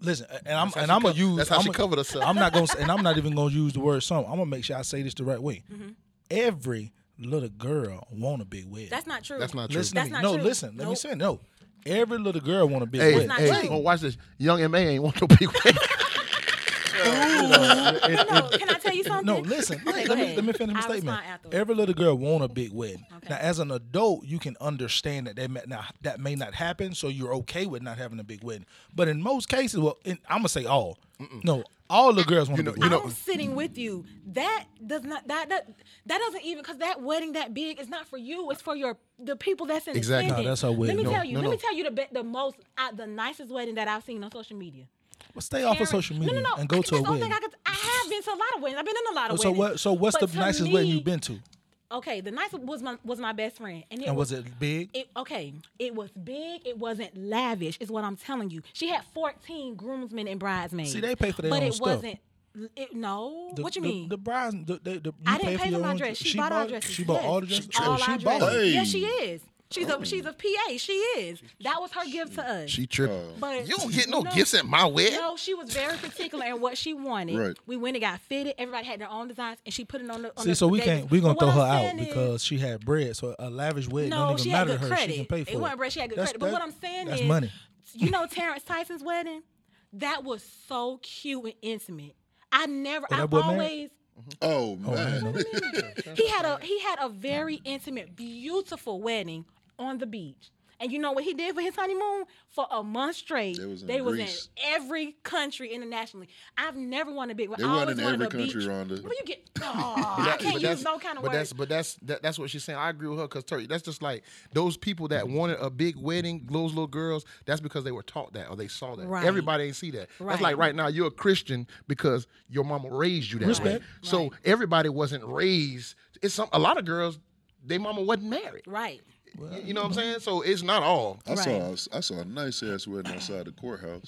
S2: Listen, and I'm and
S5: how she
S2: I'm gonna
S5: cov-
S2: use.
S5: that's how
S2: I'm
S5: she
S2: a-
S5: covered herself.
S2: I'm not gonna say- and I'm not even gonna use the word some. I'm gonna make sure I say this the right way.
S5: Mm-hmm.
S2: Every little girl want a big wedding.
S3: That's not true.
S5: That's not true.
S2: listen
S3: That's
S2: to me.
S3: not
S2: no,
S3: true.
S2: listen. Let me
S3: Nope.
S2: say it. no. Every little girl want a big
S5: Hey,
S2: wedding.
S3: not
S5: hey,
S3: true.
S5: oh, watch this. Young MA ain't want no big wedding.
S3: No, no, can I tell you something?
S2: No, listen.
S3: Okay,
S2: let,
S3: go
S2: let me,
S3: ahead.
S2: let me finish my
S3: I'll
S2: statement.
S3: respond afterwards.
S2: Every little girl want a big wedding.
S3: Okay.
S2: Now, as an adult, you can understand that that may, now, that may not happen, so you're okay with not having a big wedding. But in most cases, well, in, I'm gonna say all. No, all the girls want a big
S5: you know-
S2: wedding.
S3: I'm sitting with you. That does not that that, that doesn't even because that wedding that big is not for you. It's for your the people that's in
S5: Exactly.
S3: attendance.
S2: No, that's our
S3: Let
S2: wedding.
S3: me
S2: No,
S3: tell you.
S5: no,
S3: let
S5: no.
S3: me tell you the be, the most uh, the nicest wedding that I've seen on social media.
S2: Well, stay off of
S3: Karen-
S2: social media
S3: no, no, no.
S2: and go to a
S3: That's the only
S2: wedding.
S3: thing I, could, I have been to a lot of weddings. I've been in a lot of
S2: so
S3: weddings.
S2: what? So what's
S3: But
S2: the
S3: to
S2: nicest wedding
S3: me-
S2: you've been to?
S3: Okay, the nicest was my was my best friend, and it
S2: And was it big?
S3: it okay. It was big. It wasn't lavish. Is what I'm telling you. She had 14 groomsmen and bridesmaids.
S2: See, they pay for their
S3: but
S2: own
S3: it
S2: stuff.
S3: wasn't. It, no,
S2: The-
S3: what you
S2: the-
S3: mean?
S2: The brides. The, the, the, you
S3: I didn't pay
S2: your
S3: for my
S2: own-
S3: dress. She, bought, our dresses.
S2: She bought
S3: Yes.
S2: all the dresses.
S3: All
S2: Oh,
S3: our
S2: she bought.
S3: dresses.
S2: it.
S6: Hey.
S3: Yes, she is. She's a she's a PA. She is. That was her gift to us.
S5: She tripped.
S3: but
S5: Oh. You don't get no gifts at my wedding.
S3: No, she was very particular in what she wanted.
S6: Right.
S3: We went and got fitted. Everybody had their own designs, and she put it on the. On
S2: See,
S3: the
S2: so we
S3: daily.
S2: can't. We gonna
S3: But
S2: throw
S3: what
S2: her
S3: I'm
S2: out
S3: saying is-
S2: because she had bread. So a lavish wedding
S3: no,
S2: don't
S3: she
S2: even
S3: had
S2: matter to
S3: good
S2: her.
S3: credit.
S2: She can pay for it.
S3: it wasn't bread. She had good
S2: That's-
S3: credit. But
S2: that-
S3: what I'm saying
S2: that's
S3: is,
S2: money.
S3: you know, Terrence Tyson's wedding, that was so cute and intimate. I never.
S2: Oh,
S3: I
S2: that
S3: have
S2: boy married?
S3: always.
S6: Oh
S2: Oh, I
S6: man.
S2: know.
S3: He had a he had a very intimate, beautiful wedding on the beach. And you know what he did for his honeymoon? For a month straight,
S6: They was in
S3: they was in
S6: Greece.
S3: every country internationally. I've never won a big.
S6: They
S3: I
S6: wasn't
S3: always
S6: in
S3: wanted
S6: every
S3: a
S6: country,
S3: beach.
S6: Rhonda.
S3: Well, you get. Oh, I
S5: That-
S3: can't
S5: but
S3: use
S5: that's-
S3: no kind of
S5: but
S3: words.
S5: That's, but that's that, that's what she's saying. I agree with her because Turkey. That's just like those people that
S3: Mm-hmm.
S5: wanted a big wedding, those little girls. That's because they were taught that or they saw that.
S3: Right.
S5: Everybody ain't see that. That's like
S3: Right.
S5: right now you're a Christian because your mama raised you that way.
S2: Respect.
S5: So everybody wasn't raised. It's some a lot of girls. They mama wasn't married.
S3: right.
S5: You- you know what I'm saying? So it's not all.
S6: I saw
S3: Right.
S6: a- I saw a nice ass wedding outside the courthouse.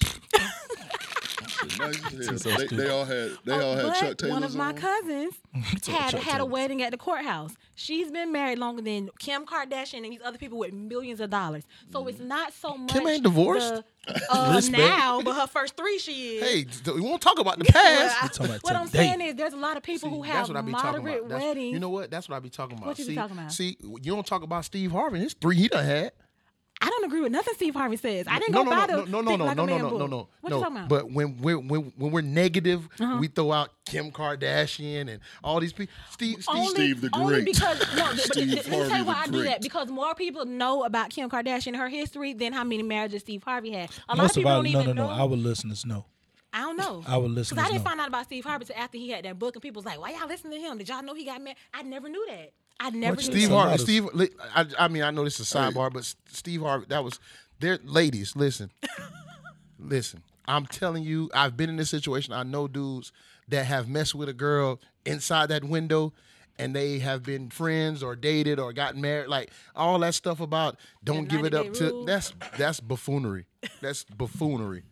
S6: Shit, nice as hell. they, they all had they all had
S3: Uh, but
S6: Chuck Taylors
S3: Oh, one of my
S6: on.
S3: cousins had
S2: Chuck
S3: had a
S2: Taylors.
S3: wedding at the courthouse. She's been married longer than Kim Kardashian and these other people with millions of dollars. So it's
S2: Mm.
S3: not so much.
S5: ain't divorced?
S3: the- uh, now, but her first three she is.
S5: Hey, th- we won't talk about the
S3: Well,
S5: past.
S3: I-
S2: talking about
S3: what I'm
S2: today.
S3: saying is, there's a lot of people who
S5: See,
S3: have
S5: that's what I be talking
S3: moderate
S5: about. That's-
S3: weddings.
S5: You know what? That's what I be talking about.
S3: What you be
S5: see,
S3: talking about?
S5: see, you don't talk about Steve Harvey. His three he done had.
S3: I don't agree with nothing Steve Harvey says. I didn't
S5: no,
S3: go
S5: no,
S3: buy
S5: no,
S3: the
S5: no, no,
S3: Think
S5: no,
S3: Like a
S5: no, no,
S3: Man
S5: no,
S3: book.
S5: no, no,
S3: What
S5: no.
S3: you talking about? Uh-huh.
S5: But when we're when, when we're negative, we throw out Kim Kardashian and all these people. Steve, Steve,
S3: only,
S6: Steve the
S3: only
S6: Great.
S3: because no, th- but th-
S6: Steve
S3: th- let me tell
S6: Harvey
S3: you why
S6: the
S3: I do
S6: Great.
S3: that. Because more people know about Kim Kardashian and her history than how many marriages Steve Harvey had. A lot of
S2: Most of
S3: people
S2: our
S3: don't
S2: no,
S3: even
S2: no, no.
S3: know.
S2: Our listeners know.
S3: I don't know.
S2: Our
S3: Because I
S2: listeners
S3: didn't
S2: know.
S3: find out about Steve Harvey till after he had that book, and people was like, "Why y'all listen to him? Did y'all know he got mad?" I never knew that. I never
S2: What
S3: knew.
S5: Steve
S2: It's a
S3: that.
S2: Har- lot
S5: Harvey.
S2: of-
S5: Steve, li- I, I mean, I know this is a sidebar, but S- Steve Harvey, that was there. Ladies, listen, listen. I'm telling you, I've been in this situation. I know dudes that have messed with a girl inside that window, and they have been friends or dated or gotten married. Like all that stuff about don't give it
S3: 90-day
S5: up to.
S3: rule.
S5: That's that's buffoonery. That's buffoonery.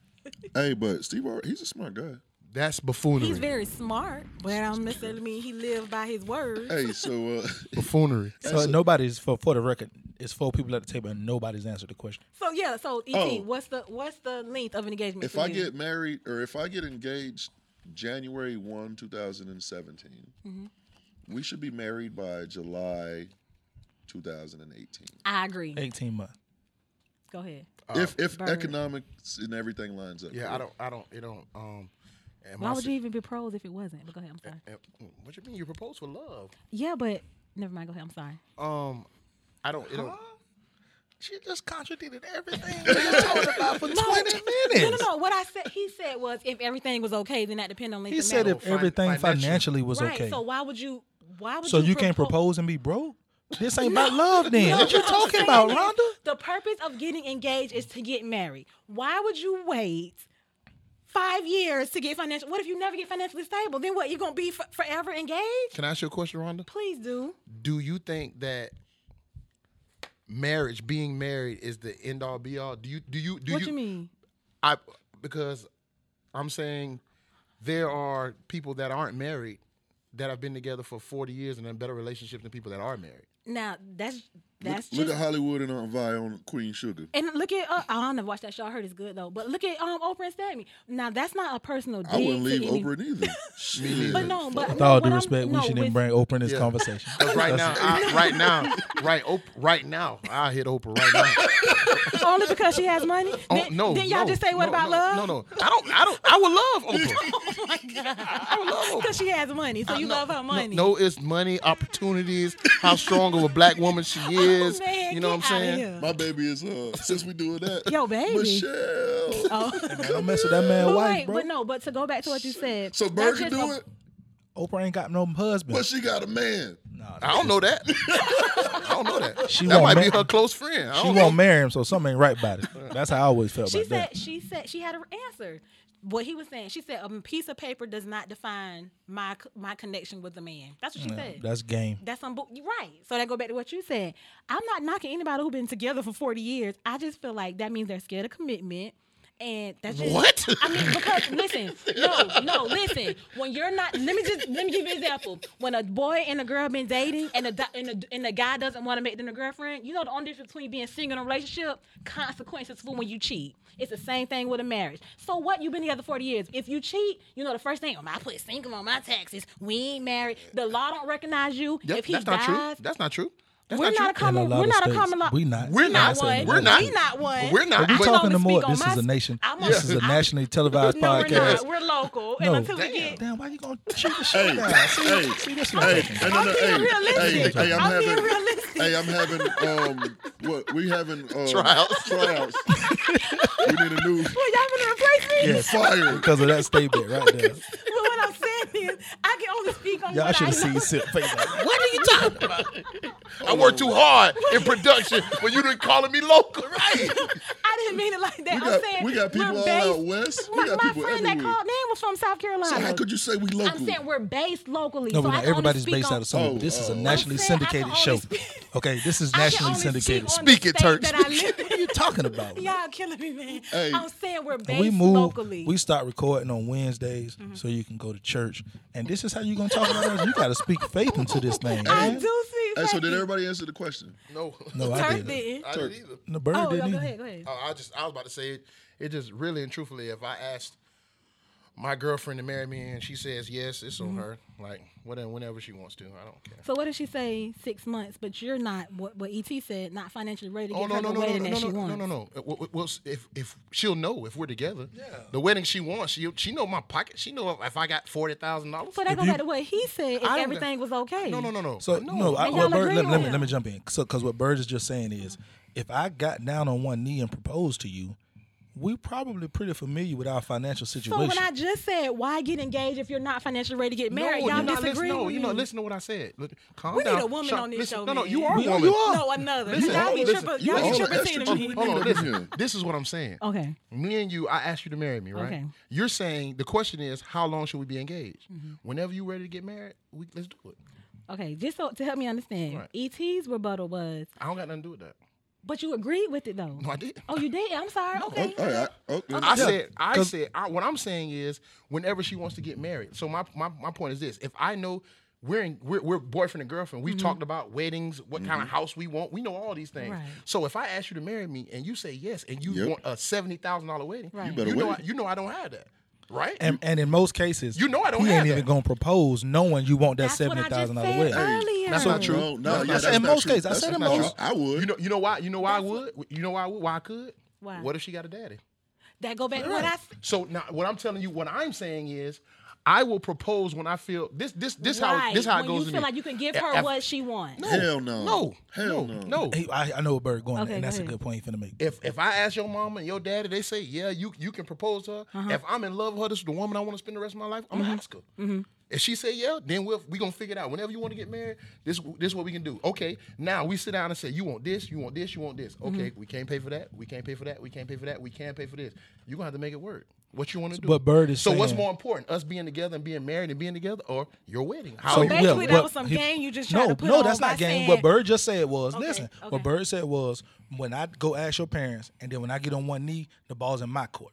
S6: Hey, but Steve, Harvey, he's a smart guy.
S5: That's buffoonery.
S3: He's very smart, but I don't necessarily mean he lived by his words.
S6: Hey, so uh,
S5: buffoonery.
S2: So nobody's for for the record. It's four people at the table and nobody's answered the question.
S3: So yeah, so Et,
S6: Oh.
S3: what's the what's the length of an engagement?
S6: if
S3: for
S6: I
S3: you?
S6: get married or if I get engaged January 1, 2017,
S3: Mm-hmm.
S6: we should be married by July 2018.
S3: I agree.
S2: Eighteen months.
S3: Go ahead.
S6: if if
S3: Bird.
S6: economics and everything lines up.
S5: Yeah,
S6: correct.
S5: I don't. I don't. It don't. Um. and
S3: Why
S5: my
S3: would
S5: si-
S3: you even be pros if it wasn't? But go ahead. I'm sorry.
S5: and- What you mean? You propose for love?
S3: Yeah, but never mind. Go ahead. I'm sorry.
S5: Um, I don't. It don't
S2: She just contradicted everything we just talked about for twenty
S3: No, no,
S2: minutes.
S3: no. What I said, he said was, if everything was okay, then that depend on length.
S2: He
S3: of
S2: said
S3: marriage.
S2: if everything
S5: Financial.
S2: financially was
S3: right.
S2: okay.
S3: So why would you? Why would
S2: So
S3: you?
S2: you can't
S3: propo-
S2: propose and be broke? This ain't about love then. what you
S3: No, I'm
S2: talking
S3: saying
S2: about,
S3: is
S2: Rhonda?
S3: The purpose of getting engaged is to get married. Why would you wait five years to get financial? What if you never get financially stable? Then what? You gonna be f- forever engaged?
S5: Can I ask you a question, Rhonda?
S3: Please do.
S5: Do you think that marriage, being married, is the end all be all? Do you do you do
S3: what you, mean?
S5: I because I'm saying there are people that aren't married that have been together for 40 years and in better relationships than people that are married.
S3: Now that's
S6: Look,
S3: that's
S6: look
S3: just
S6: at Hollywood and Aunt Vi on Queen Sugar.
S3: And look at uh, I don't know watch that show. I heard it's good though. But look at um Oprah and Sammy. Now that's not a personal.
S6: I
S3: dig
S6: wouldn't leave
S3: to any-
S6: Oprah neither. Shit.
S3: But no, but
S2: With all
S3: no,
S2: due
S3: what I'm-
S2: respect, we
S3: no,
S2: shouldn't
S3: with-
S2: bring Oprah in this
S5: Yeah.
S2: conversation.
S5: Because right now, I, right now, right, Op- right now, I hit Oprah right now.
S3: only because she has money.
S5: Oh,
S3: then,
S5: no,
S3: then y'all
S5: no,
S3: just say what
S5: no,
S3: about
S5: no,
S3: love? Oh
S5: No, no, I don't. I don't. I would love Oprah.
S3: because she has money, so you love her money.
S5: Uh, No, it's money, opportunities, how strong of a black woman she is.
S3: Oh, man,
S5: you know what I'm
S3: get outta
S5: saying?
S3: here.
S6: My baby is uh since we doing that.
S3: Yo, baby. Oh,
S6: Michelle.
S2: I don't mess with that man's
S3: But
S2: wife,
S3: wait,
S2: bro.
S3: but no, but to go back to what you said.
S6: So Bird
S3: that's
S6: can
S3: just
S6: do
S3: a-
S6: it,
S2: Oprah ain't got no husband.
S6: but she got a man.
S5: I don't know that. I don't know that.
S2: She
S5: that
S2: won't
S5: might be
S2: ma-
S5: her close friend. I
S2: She won't
S5: don't know.
S2: marry him, so something ain't right about it. That's how I always felt
S3: She
S2: about
S3: said.
S2: that.
S3: She said she had an answer. What he was saying. She said a piece of paper does not define my c- my connection with the man. That's what she said.
S2: That's game.
S3: That's some bu- you're right. So that go back to what you said. I'm not knocking anybody who's been together for 40 years. I just feel like that means they're scared of commitment. And that's just,
S5: What?
S3: I mean, because listen, no, no, listen. When you're not, let me just let me give you an example. When a boy and a girl been dating, and a do- and a, and a guy doesn't want to make them a girlfriend, you know the only difference between being single and a relationship consequences for when you cheat. It's the same thing with a marriage. So what? You've been together 40 years. If you cheat, you know the first thing. "Oh, I put single on my taxes. We ain't married. The law don't recognize you.
S5: Yep,
S3: if he
S5: that's
S3: dies,
S5: not true. That's not true. That's
S3: we're not a
S5: not true.
S2: In
S3: common.
S2: lot
S3: We're
S2: of
S3: not a
S2: states,
S3: common law.
S2: We not.
S5: We're not.
S3: not one.
S5: We're not.
S3: We not one.
S5: We're not.
S2: Are we
S5: But-
S2: talking
S3: only
S2: to more?
S3: speak on
S2: This
S3: my
S2: is a
S3: s-
S2: nation.
S3: I'm on-
S2: This is a
S3: I'm-
S2: nationally televised
S3: No, we're
S2: podcast.
S3: not. We're local.
S2: No.
S3: And until we get.
S2: Damn, why you gonna shoot the
S6: Hey,
S2: shit down? See,
S6: hey,
S2: see this is
S6: hey,
S2: what I'm
S6: hey,
S2: saying.
S6: no, no,
S3: I'm
S6: hey,
S3: being
S6: hey,
S3: realistic.
S6: hey, I'm,
S3: I'm being
S6: having,
S3: realistic.
S6: hey, I'm having, um, what we having uh,
S5: Tryouts.
S6: Tryouts. we need a new
S3: Well, y'all gonna replace me?
S2: Yes,
S6: fire.
S2: because of that statement right there.
S3: But what I'm saying is, I can only speak on
S2: Y'all
S3: what
S2: should
S3: I
S2: have seen
S3: know.
S2: Sip face. Like,
S5: What are you talking about? I work too hard in production when you didn't calling me local, right?
S3: I didn't mean it like that.
S6: We
S3: I'm
S6: got-
S3: saying
S6: we got people
S3: we're
S6: all
S3: based,
S6: out west. We
S3: my
S6: got
S3: my
S6: people
S3: friend that
S6: everywhere.
S3: called in was from South
S6: So how
S3: Carolina.
S6: could you say we local?
S3: I'm saying we're based locally.
S2: no,
S3: so
S2: we're
S3: I
S2: not.
S3: can only
S2: Everybody's
S3: speak
S2: based
S3: on,
S2: out of somewhere.
S6: Oh,
S2: but this is
S6: oh.
S2: a nationally
S3: saying I can
S2: syndicated
S3: only
S2: show.
S3: speak-
S2: Okay, this is
S3: I can
S2: nationally
S3: only speak
S2: syndicated.
S3: on the
S5: Speak it,
S3: state
S5: Turks.
S3: that I live in.
S2: What are you talking about?
S3: Y'all killing me, man.
S6: Hey.
S3: I'm saying we're
S2: And
S3: based
S2: we move.
S3: locally. Mm-hmm.
S2: We start recording on Wednesdays so you can go to church. And this is how you're gonna talk about us. You gotta speak faith into this thing.
S3: I
S2: Man.
S3: do speak.
S6: Hey, so did
S3: Turk
S6: everybody answer the question?
S5: No,
S2: No, I
S3: Turk
S2: didn't.
S3: didn't.
S5: I didn't either.
S2: No, Bird
S3: Oh, no,
S2: didn't.
S3: go
S2: either.
S3: ahead, go ahead.
S5: I I just I was about to say it. It just really and truthfully, if I asked my girlfriend to marry me and she says yes, it's
S3: Mm-hmm.
S5: on her. Like whatever, whenever she wants to, I don't care.
S3: So what did she say? Six months, but you're not what, what ET said. Not financially ready to
S5: Oh
S3: give
S5: no
S3: her
S5: no
S3: the
S5: no no
S3: wedding that
S5: no no
S3: she
S5: no no
S3: wants.
S5: no no. Uh, Well, well, if if she'll know if we're together, yeah. The wedding she wants, she she know my pocket. She know if I got forty thousand dollars.
S3: So that go
S2: you-
S3: back to what he said. If
S5: I don't-
S3: everything was okay.
S5: No no no no.
S2: So no, I,
S3: And
S2: what
S3: y'all
S2: Bird,
S3: agree
S2: let,
S3: Mm-hmm. on
S2: let me
S3: that.
S2: let me jump in. So because what Bird is just saying is, if I got down on one knee and proposed to you, we probably pretty familiar with our financial
S3: So
S2: situation.
S3: when I just said why get engaged if you're not financially ready to get married,
S5: no,
S3: y'all
S5: you're not
S3: disagree.
S5: listening. No,
S3: with
S5: you know,
S3: me.
S5: listen to what I said. Look, calm
S3: We need
S5: down.
S3: a woman
S5: Shut-
S3: on this
S5: listen,
S3: show,
S5: No, no,
S3: man.
S5: you are
S2: We-
S5: a
S2: you
S5: woman.
S2: are.
S3: No, another.
S5: Listen,
S3: y'all be
S5: listen,
S3: triple,
S5: you
S3: y'all be
S5: all the
S3: triple
S6: extra
S3: teaming
S6: you
S3: me.
S5: Hold on,
S6: Remember
S5: listen.
S6: here.
S5: This is what I'm saying.
S3: Okay.
S5: Me and you, I asked you to marry me, right?
S3: Okay.
S5: You're saying the question is, how long should we be engaged?
S3: Mm-hmm.
S5: Whenever you're ready to get married, we, let's do it.
S3: Okay, just so, to help me understand,
S5: Right.
S3: ET's rebuttal was,
S5: I don't got nothing to do with that.
S3: but you agreed with it though.
S5: No, I didn't.
S3: Oh, you did? I'm sorry.
S6: Oh,
S3: Okay.
S6: all right. Oh, good.
S5: I said, I
S2: 'cause-
S5: said, I, what I'm saying is, whenever she wants to get married. So my my, my point is this: if I know we're in, we're, we're boyfriend and girlfriend, we talked about weddings, what kind of house we want, we know all these things.
S3: Right.
S5: So if I ask you to marry me and you say yes, and you
S6: Yep.
S5: want a seventy thousand dollar wedding,
S3: Right. You
S6: better
S5: know,
S6: wait.
S5: I, you know, I don't have that, right?
S2: and, and in most cases,
S5: You know I don't
S2: He
S5: have
S2: ain't even
S5: that.
S2: gonna propose, knowing you want that
S3: That's what
S2: seventy
S3: I just
S2: thousand
S3: said
S2: dollar wedding.
S3: earlier.
S5: that's not true.
S6: No, no, yeah,
S2: I
S6: that's
S2: said in
S6: not
S2: most
S6: true.
S2: cases. I
S6: That's
S2: said in
S6: not true.
S2: most-
S6: I would.
S5: you know, you know why? You know why I would? You know why I would? Why I could?
S3: Why?
S5: What if she got a daddy?
S3: That go back to what I s-
S5: So now, what I'm telling you, what I'm saying is, I will propose when I feel this. This this how
S3: Right,
S5: this how
S3: when
S5: it goes.
S3: you
S5: to
S3: feel
S5: me.
S3: like you can give
S5: A-
S3: her
S5: af-
S3: what she wants.
S6: Hell no.
S5: No. no.
S6: Hell no.
S5: No.
S2: Hey, I, I know where Bird going,
S3: Okay,
S2: and that's
S3: go
S2: a
S3: ahead.
S2: good point he finna make.
S5: If if I ask your mama and your daddy, they say, yeah, you you can propose to her.
S2: Uh-huh.
S5: If I'm in love with her, this is the woman I want to spend the rest of my life. I'm
S2: Mm-hmm.
S5: gonna ask her. If she say yeah, then we'll we gonna figure it out. Whenever you want to get married, this this is what we can do. Okay, now we sit down and say you want this, you want this, you want this. Okay,
S2: Mm-hmm.
S5: we can't pay for that, we can't pay for that, we can't pay for that, we can't pay for this. You are gonna have to make it work. What you want to do?
S2: But Bird is
S5: so what's
S2: saying-
S5: more important, us being together and being married and being together, or your wedding? How
S2: So,
S5: you-
S3: Basically, that
S2: what
S3: was some
S2: he-
S3: game you just tried
S2: no,
S3: to put
S2: no,
S3: on
S2: that's
S3: by
S2: not game.
S3: saying-
S2: what Bird just said was,
S3: Okay,
S2: listen,
S3: okay.
S2: what Bird said was, when I go ask your parents, and then when I get on one knee, the ball's in my court.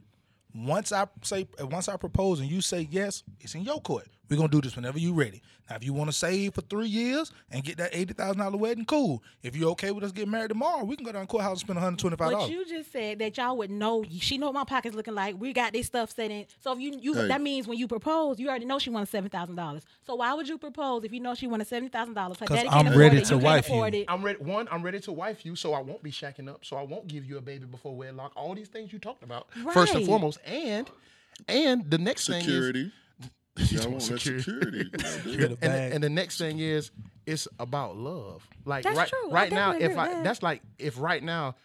S2: Once I say, once I propose, and you say yes, it's in your court. We're gonna do this whenever you're ready. Now, if you want to save for three years and get that eighty thousand dollar wedding, cool. If you're okay with us getting married tomorrow, we can go down to the courthouse and spend one hundred twenty five
S3: But
S2: dollars.
S3: you just said that y'all would know. She know what my pocket's looking like. We got this stuff set in. So if you, you
S6: Hey.
S3: that means when you propose, you already know she wants seven thousand dollars. So why would you propose if you know she wants seven thousand dollars?
S2: 'Cause I'm ready to wife you.
S3: Afford it.
S5: I'm ready. One, I'm ready to wife you, so I won't be shacking up. So I won't give you a baby before wedlock. All these things you talked about, first and
S3: Right.
S5: foremost, and and the next thing
S6: Security.
S5: is
S6: Y'all want that security.
S2: Get a
S5: and,
S2: bag.
S5: and the next thing is it's about love. Like
S3: That's
S5: right,
S3: true. I
S5: right now,
S3: definitely
S5: if
S3: agree with
S5: I
S3: that.
S5: that's like if right now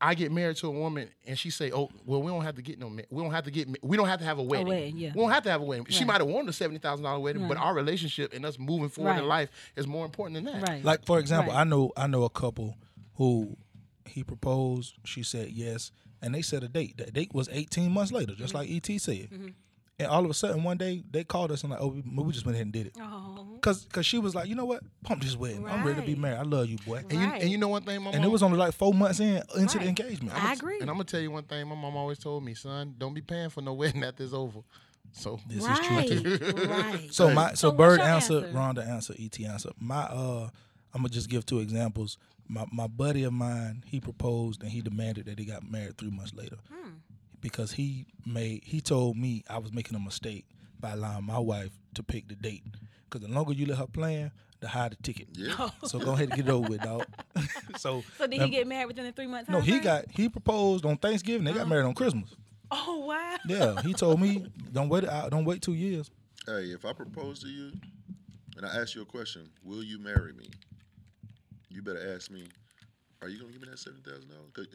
S5: I get married to a woman and she say, "Oh, well, we don't have to get no, ma- we don't have to get, ma- we don't have to have a wedding.
S3: wedding, yeah.
S5: We don't have to have a wedding. She
S3: Right.
S5: might have wanted a seventy thousand dollar wedding, but our relationship and us moving forward in
S3: Right.
S5: life is more important than that.
S3: Right.
S2: Like for example,
S3: Right.
S2: I know I know a couple who he proposed, she said yes, and they set a date. That date was 18 months later,
S3: Mm-hmm.
S2: just like ET said. And all of a sudden, one day they called us and like, oh, we, we just went ahead and did it,
S3: Oh,
S2: cause cause she was like, you know what, pump this wedding. I'm ready to be
S3: Right.
S2: married. I love you, boy.
S5: And,
S2: And,
S5: you,
S3: Right.
S5: and you know one thing, my
S2: and it
S5: mom-
S2: was only like four months in into
S3: Right.
S2: the engagement.
S3: I agree.
S5: And I'm gonna tell you one thing. My mom always told me, son, don't be paying for no wedding after it's over. So
S2: This is true.
S3: right. right.
S2: So my so,
S3: So what's
S2: Bird
S3: your
S2: answered,
S3: answer?
S2: Rhonda answered, ET answered. My uh, I'm gonna just give two examples. My my buddy of mine, he proposed and he demanded that he got married three months later
S3: Hmm.
S2: because he made he told me I was making a mistake by allowing my wife to pick the date. Because the longer you let her plan, the higher the ticket.
S6: Yeah.
S2: So go ahead and get it over with, dog. so
S3: Oh. So did
S2: now-
S3: he get married within a three month time?
S2: no, he
S3: frame?
S2: got he proposed on Thanksgiving. They got married on Christmas.
S3: Oh wow.
S2: Yeah, he told me don't wait out, don't wait two years.
S6: hey, if I propose to you and I ask you a question, will you marry me? You better ask me. Are you gonna give me that seven thousand dollars?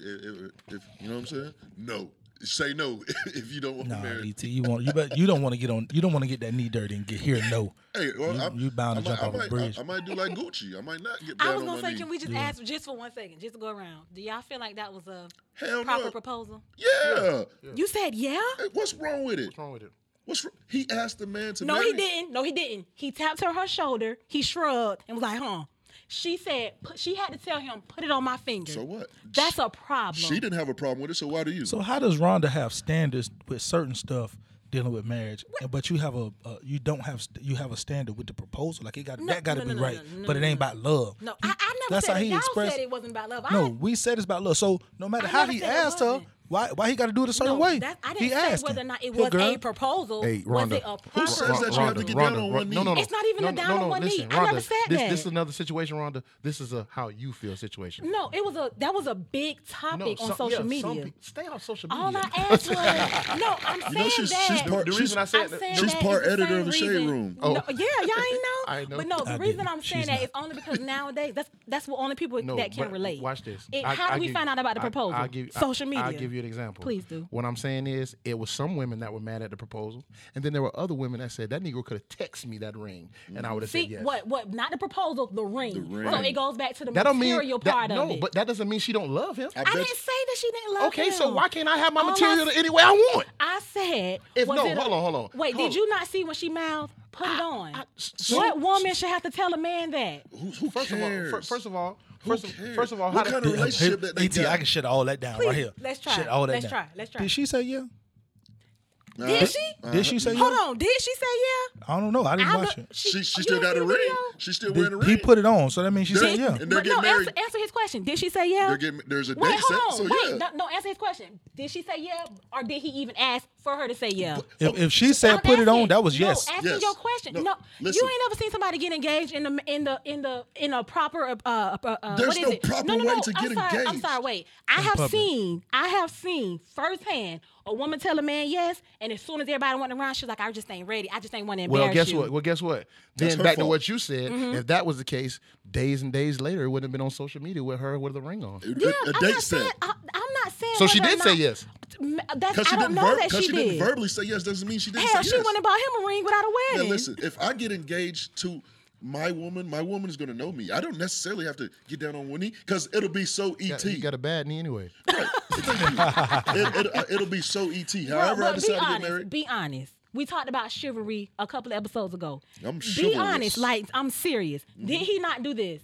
S6: If, if you know what I'm saying, no. Say no if you don't want
S2: Nah,
S6: to marry.
S2: ET, you want you bet you don't want to get on you don't want to get that knee dirty and get here no.
S6: Hey, well,
S2: You-
S6: I,
S2: you bound
S6: I
S2: to
S6: might,
S2: jump
S6: I
S2: off a
S6: might- I-
S2: bridge.
S6: I, might do like Gucci. I might not get down
S3: I was
S6: on
S3: gonna
S6: my
S3: say,
S6: knee.
S3: can we just ask just for one second, just to go around? Do y'all feel like that was a
S6: Hell
S3: proper
S6: no.
S3: proposal?
S6: yeah.
S3: You said yeah.
S6: Hey, what's wrong with it?
S5: what's wrong with it?
S6: What's wr- he asked the man to
S3: No,
S6: marry?
S3: he didn't. No, he didn't. He tapped her her shoulder. He shrugged and was like, "Huh." She said put, she had to tell him, "Put it on my finger."
S6: So what?
S3: That's a problem.
S6: She didn't have a problem with it, so why do you?
S2: So how does Rhonda have standards with certain stuff dealing with marriage, and but you have a uh, you don't have st- you have a standard with the proposal? Like it got
S3: No,
S2: that got to
S3: no, no,
S2: be
S3: no,
S2: right,
S3: no, no,
S2: but it
S3: no,
S2: ain't
S3: no.
S2: about love.
S3: no,
S2: He-
S3: I, I never
S2: that's
S3: said
S2: how
S3: it.
S2: he
S3: Y'all
S2: expressed.
S3: said it wasn't about love.
S2: no,
S3: I,
S2: we said it's about love. So no matter
S3: I
S2: how
S3: never
S2: he
S3: said it
S2: asked her,
S3: wasn't.
S2: why why he got to do it a certain
S3: no,
S2: way?
S3: That, I
S2: he
S3: didn't say
S2: asked
S3: whether or
S2: him.
S3: not it
S2: Here,
S3: was
S2: girl.
S3: a proposal.
S5: Hey,
S3: was
S5: Rhonda.
S3: it a
S6: Who
S3: proposal?
S6: says that you have to get down on one knee?
S5: No, no, no.
S3: It's not even
S5: no,
S3: a down
S5: no,
S3: on
S5: no,
S3: one knee.
S5: listen,
S3: I never
S5: Rhonda,
S3: said
S5: this,
S3: that.
S5: This is another situation, Rhonda. This is a how you feel situation.
S3: No, it was a that was a big
S5: No,
S3: topic on
S5: some-
S3: social
S5: yeah, some
S3: media.
S5: peop- stay off social media.
S3: All I asked was no. I'm saying
S6: You know, she's-
S3: that.
S6: she's part-
S5: the
S6: She's-
S5: reason I said
S3: I'm
S5: that-
S3: saying
S6: She's
S3: that
S6: part
S3: is the
S6: editor
S3: same
S6: of The Shade
S3: reason-
S6: Room. Oh.
S3: No, yeah, y'all ain't know.
S5: I know.
S3: But no, the
S2: I
S3: reason
S2: didn't.
S3: I'm saying
S2: She's
S3: that
S2: not.
S3: is only because nowadays that's that's what only people
S5: No,
S3: that can
S5: but
S3: relate.
S5: Watch this.
S3: It-
S5: I-
S3: how
S5: I
S3: do we
S5: give-
S3: find out about the
S5: I-
S3: proposal?
S5: I give- I-
S3: Social media.
S5: I give you an example.
S3: Please do.
S5: What I'm saying is, it was some women that were mad at the proposal, and then there were other women that said that Negro could have texted me that ring, and I would have
S3: See
S5: said yes.
S3: what? What? Not the proposal, the ring.
S6: ring.
S3: So it goes back to the
S5: That don't mean
S3: material
S5: that-
S3: part of
S5: no,
S3: it.
S5: but that doesn't mean she don't love him.
S6: I
S3: I
S6: bet
S3: didn't say that she didn't love
S5: okay, so
S3: him.
S5: why can't I have my
S3: All I
S5: material
S3: s-
S5: any way I want?
S3: I said.
S5: If
S3: was
S5: no,
S3: it a-
S5: hold on, hold on,
S3: Wait,
S5: hold
S3: did
S5: on.
S3: you not see when she mouthed? Put it on.
S5: s-
S3: what woman should have to tell a man that?
S6: who, who
S5: First of all,
S6: cares?
S5: fir- first of all,
S6: Who
S5: first of,
S6: cares?
S5: first of all, how
S6: what
S2: uh,
S5: did-
S6: kind of relationship that they
S2: ET, E I can
S6: got?
S2: shut all that down
S3: Please,
S2: right here.
S3: let's try.
S2: Shut all that
S3: Let's
S2: down.
S3: try. Let's try.
S2: Did she say yeah?
S6: Nah,
S3: Did she?
S2: Did she say
S3: Uh, Hold
S2: yeah?
S3: on. Did she say yeah?
S2: I don't know. I didn't
S3: I
S2: watch
S3: don't-
S2: it.
S6: She, she
S3: you don't
S6: still got
S3: see
S6: a
S3: the
S6: ring.
S3: video?
S6: She's still wearing a
S2: Did-
S6: ring.
S2: He put it on, so that means she said yeah.
S6: And they're
S3: But no,
S6: getting married.
S3: answer, answer his question. Did she say yeah?
S6: They're getting, there's a
S3: Wait,
S6: date set,
S3: hold
S6: so
S3: on.
S6: yeah.
S3: Wait, no, no, answer his question. Did she say yeah, or did he even ask for her to say yeah?
S2: If, if she said
S3: I'm
S2: put it on,
S3: asking-
S2: that was yes.
S3: No, asking
S6: Yes.
S3: your question.
S6: No,
S3: No,
S6: listen.
S3: you ain't ever seen somebody get engaged in the in the in the in a proper uh, uh, uh
S6: There's
S3: what is
S6: no
S3: it?
S6: proper
S3: no, no,
S6: way
S3: no,
S6: to
S3: I'm
S6: get
S3: sorry, I'm
S6: engaged.
S3: sorry. Wait, I have
S2: public.
S3: seen I have seen firsthand a woman tell a man yes, and as soon as everybody went around, she's like, I just ain't ready. I just ain't want to embarrass
S5: Well, guess
S3: you.
S5: what? Well, guess what?
S6: That's
S5: Then
S6: her
S5: back to
S6: fault.
S5: what you said.
S6: Mm-hmm.
S5: If that was the case, days and days later, it wouldn't have been on social media with her with the ring on.
S3: Yeah,
S6: a
S3: I'm
S6: date
S3: not
S6: set.
S3: saying I, I'm not saying.
S5: So she
S3: whether or
S5: did say
S3: not-
S5: yes.
S3: M- That's,
S6: Because she,
S3: I don't
S6: didn't,
S3: know
S6: ver-
S3: that
S6: 'cause
S3: she,
S6: she
S3: did.
S6: didn't verbally say yes doesn't mean she didn't
S3: Hell,
S6: say
S3: she
S6: yes.
S3: went and bought him a ring without a
S6: Now
S3: wedding.
S6: listen, if I get engaged to my woman, my woman is gonna know me. I don't necessarily have to get down on one knee because it'll be so E
S5: Yeah,
S6: et.
S5: You got a bad knee anyway.
S6: it, it, it'll be so et. However,
S3: Bro,
S6: I
S3: but
S6: decide
S3: be
S6: to
S3: honest,
S6: get married.
S3: Be honest. We talked about chivalry a couple of episodes ago.
S6: I'm
S3: be
S6: chivalrous. Mm-hmm.
S3: honest, like I'm serious. Did he not do this?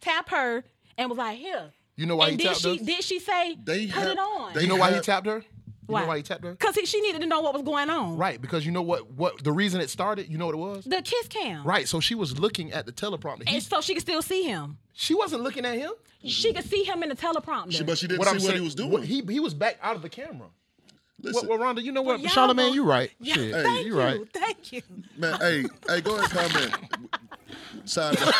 S3: Tap her and was like, here.
S5: You know why
S3: and
S5: he
S3: did
S5: tapped
S3: she
S5: us?
S3: did she say
S6: They
S3: put
S6: have-
S3: it on?
S6: they-
S5: You know why he
S6: have-
S5: tapped her? You
S3: Why?
S5: know why he tapped her?
S3: Because she needed to know what was going on.
S5: Right, because you know what? What the reason it started? You know what it was?
S3: The kiss cam.
S5: Right. So she was looking at the teleprompter. He,
S3: And so she could still see him.
S5: she wasn't looking at him.
S3: She could see him in the teleprompter.
S6: Mm-hmm. She, but she didn't
S5: What
S6: see
S5: I'm
S6: what
S5: saying,
S6: he was doing.
S5: what- he he was back out of the camera.
S6: Listen,
S5: Well, well, Rhonda, you know
S3: But
S5: what?
S3: y'all
S5: Charlemagne,
S3: don't-
S5: you right.
S3: Yeah,
S5: Shit,
S3: thank
S5: you
S3: you.
S5: right.
S3: Thank you.
S6: man, hey, hey, go ahead, comment. Side note.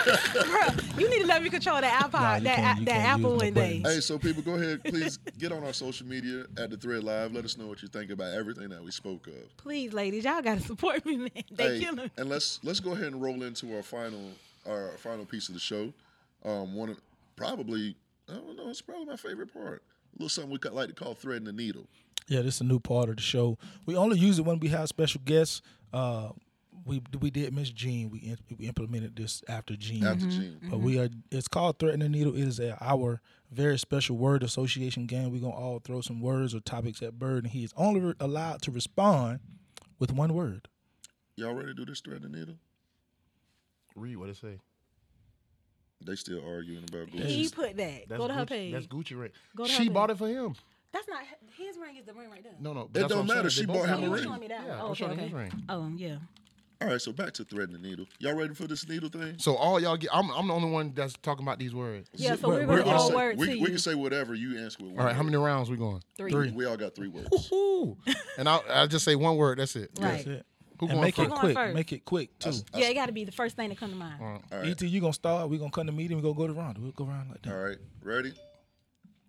S3: Bruh, you need to let me control that iPod,
S2: you
S3: that,
S2: can't- you
S3: that
S2: can't
S3: Apple
S2: use no
S3: one day.
S6: Hey, so people, go ahead, please get on our social media at the Thread Live. Let us know what you think about everything that we spoke of.
S3: Please, ladies, y'all gotta support me, man. They
S6: Hey,
S3: killing me.
S6: And let's let's go ahead and roll into our final our final piece of the show. Um, one of probably I don't know, it's probably my favorite part. A little something we could like to call threading the needle.
S2: Yeah, this is a new part of the show. We only use it when we have special guests. Uh, we we did miss Gene. We, in, we implemented this after Gene.
S6: After Gene.
S2: But we are. It's called threading the needle. It is a, our very special word association game. We're gonna all throw some words or topics at Bird, and he is only re- allowed to respond with one word.
S6: Y'all ready to do this thread the needle?
S5: Read what it say.
S6: They still arguing about
S3: He
S6: Gucci.
S3: put that.
S5: That's
S3: Go to her
S5: Gucci-
S3: page.
S5: That's
S3: That's,
S5: Gucci ring.
S3: Go to her
S5: She
S3: page.
S5: bought it for him.
S3: not his ring. Is the ring right there?
S5: No, no.
S6: It don't matter. She bought him
S3: Oh, you
S6: a
S3: were
S6: ring.
S3: showing me that.
S5: Yeah,
S3: oh,
S5: I'm
S3: okay,
S5: showing
S3: okay.
S5: his ring.
S3: Oh, yeah.
S6: All right, so back to threading the needle. Y'all ready for this needle thing?
S5: So all y'all get. I'm, I'm the only one that's talking about these words.
S3: Yeah. So
S2: we're-
S3: we're,
S2: we're
S3: gonna
S2: gonna
S3: all
S6: say-
S3: word
S6: we,
S3: to
S6: we
S3: you.
S6: can say whatever you answer with one.
S5: All right. How
S6: word.
S5: many rounds we going?
S3: Three.
S6: We all got three words.
S5: Ooh. And I I just say one word. That's it.
S3: Right.
S2: That's it.
S5: Who
S2: and
S5: going
S2: make
S5: first?
S2: it
S5: Who
S3: going
S2: quick.
S3: first?
S2: Make it quick too.
S3: Yeah, it got to be the first thing that come to mind.
S2: Et, E you gonna start? We are gonna come to the meeting. We are gonna go to round. We'll go around like that.
S6: All right, ready?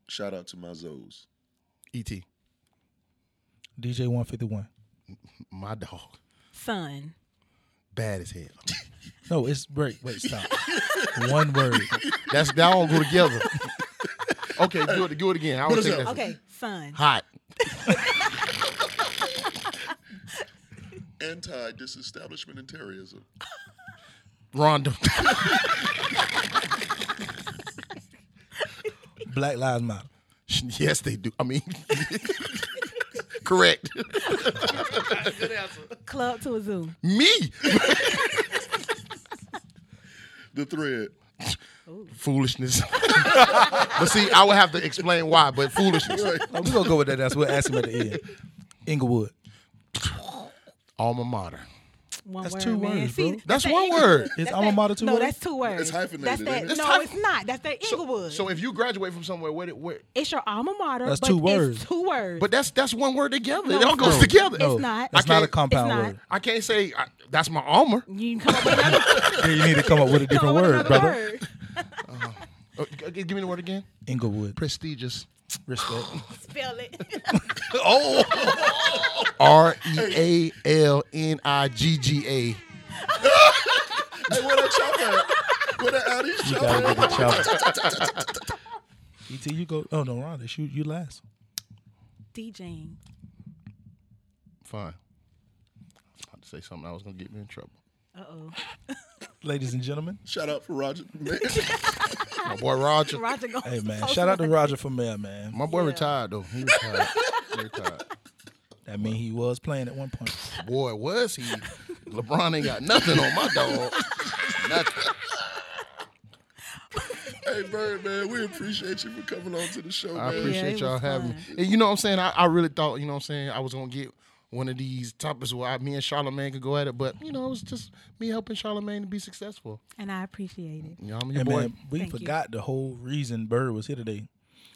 S6: Shout out to my Zoes.
S5: Et.
S2: DJ one fifty one.
S5: My dog.
S3: Son.
S5: Bad as hell.
S2: No, it's break. Wait, stop. one word.
S5: That's that all go together. okay. Do it. Do it again. I
S6: What
S5: would
S6: is
S5: say
S6: up?
S5: that's it.
S3: Okay, son.
S5: Hot.
S6: Anti disestablishment and terrorism.
S5: Rhonda.
S2: Black Lives Matter.
S5: yes, they do. I mean. correct.
S3: Club to a zoo.
S5: Me.
S6: The thread.
S5: Foolishness. but see, I would have to explain why. But foolishness.
S2: Oh, we're gonna go with that. That's what ask him at the end. Inglewood.
S5: Alma mater.
S3: One
S2: That's
S3: word,
S2: two
S3: man.
S2: words,
S3: See,
S2: bro.
S5: That's
S3: that
S5: one
S3: Inglewood.
S5: word.
S2: It's
S3: that-
S2: alma mater two
S3: No,
S2: words?
S3: that's two words.
S6: hyphenated,
S3: That's that.
S6: isn't it?
S3: No,
S5: It's hyphen-
S3: it's not. That's that Inglewood.
S5: So if you graduate from somewhere, where, did- where
S3: it's your alma mater.
S2: That's
S3: but
S2: two
S3: it's
S2: words.
S3: Two words.
S5: but that's that's one word together.
S3: No,
S5: it all
S3: it's
S5: goes
S3: not.
S5: together.
S3: No. It's not.
S2: Oh, That's
S5: I
S2: not a
S5: can't-
S2: compound
S3: it's not.
S2: word.
S5: I can't say I, that's my alma.
S3: you can come up with another,
S2: Yeah, you need to come up with a
S3: come
S2: different
S3: up with
S2: word,
S3: another
S2: brother.
S3: word.
S5: Uh, g- g- give me the word again.
S2: Inglewood.
S5: Prestigious.
S2: Respect.
S3: Spell it.
S5: R E A L N I G G
S6: Hey, where that chop at? Where that Audi
S2: You
S6: chop
S2: gotta
S6: at?
S2: E get the chop. Et, you go. Oh no, Rhonda, you you last.
S3: DJing.
S5: Fine. I was about to say something that was gonna get me in trouble.
S3: Uh oh.
S2: Ladies and gentlemen,
S6: Shout out for Roger. Man,
S5: My boy Roger.
S3: Ah. Roger goes.
S2: hey man, shout out to Roger for mayor, man.
S5: My boy retired though. He retired. He retired.
S2: That mean he was playing at one point.
S5: Boy, was he? LeBron ain't got nothing on my dog. nothing.
S6: hey, Bird, man, we appreciate you for coming on to the show,
S5: I
S6: man.
S5: appreciate
S3: it
S5: y'all
S3: was
S5: having me.
S3: fun.
S5: And you know what I'm saying? I, I really thought, you know what I'm saying, I was gonna get one of these topics where I, me and Charlamagne could go at it, but you know, it was just me helping Charlamagne to be successful.
S3: And I appreciate it.
S5: You know, I'm your
S2: Hey
S5: boy.
S2: man, we
S3: Thank you.
S2: forgot the whole reason Bird was here today.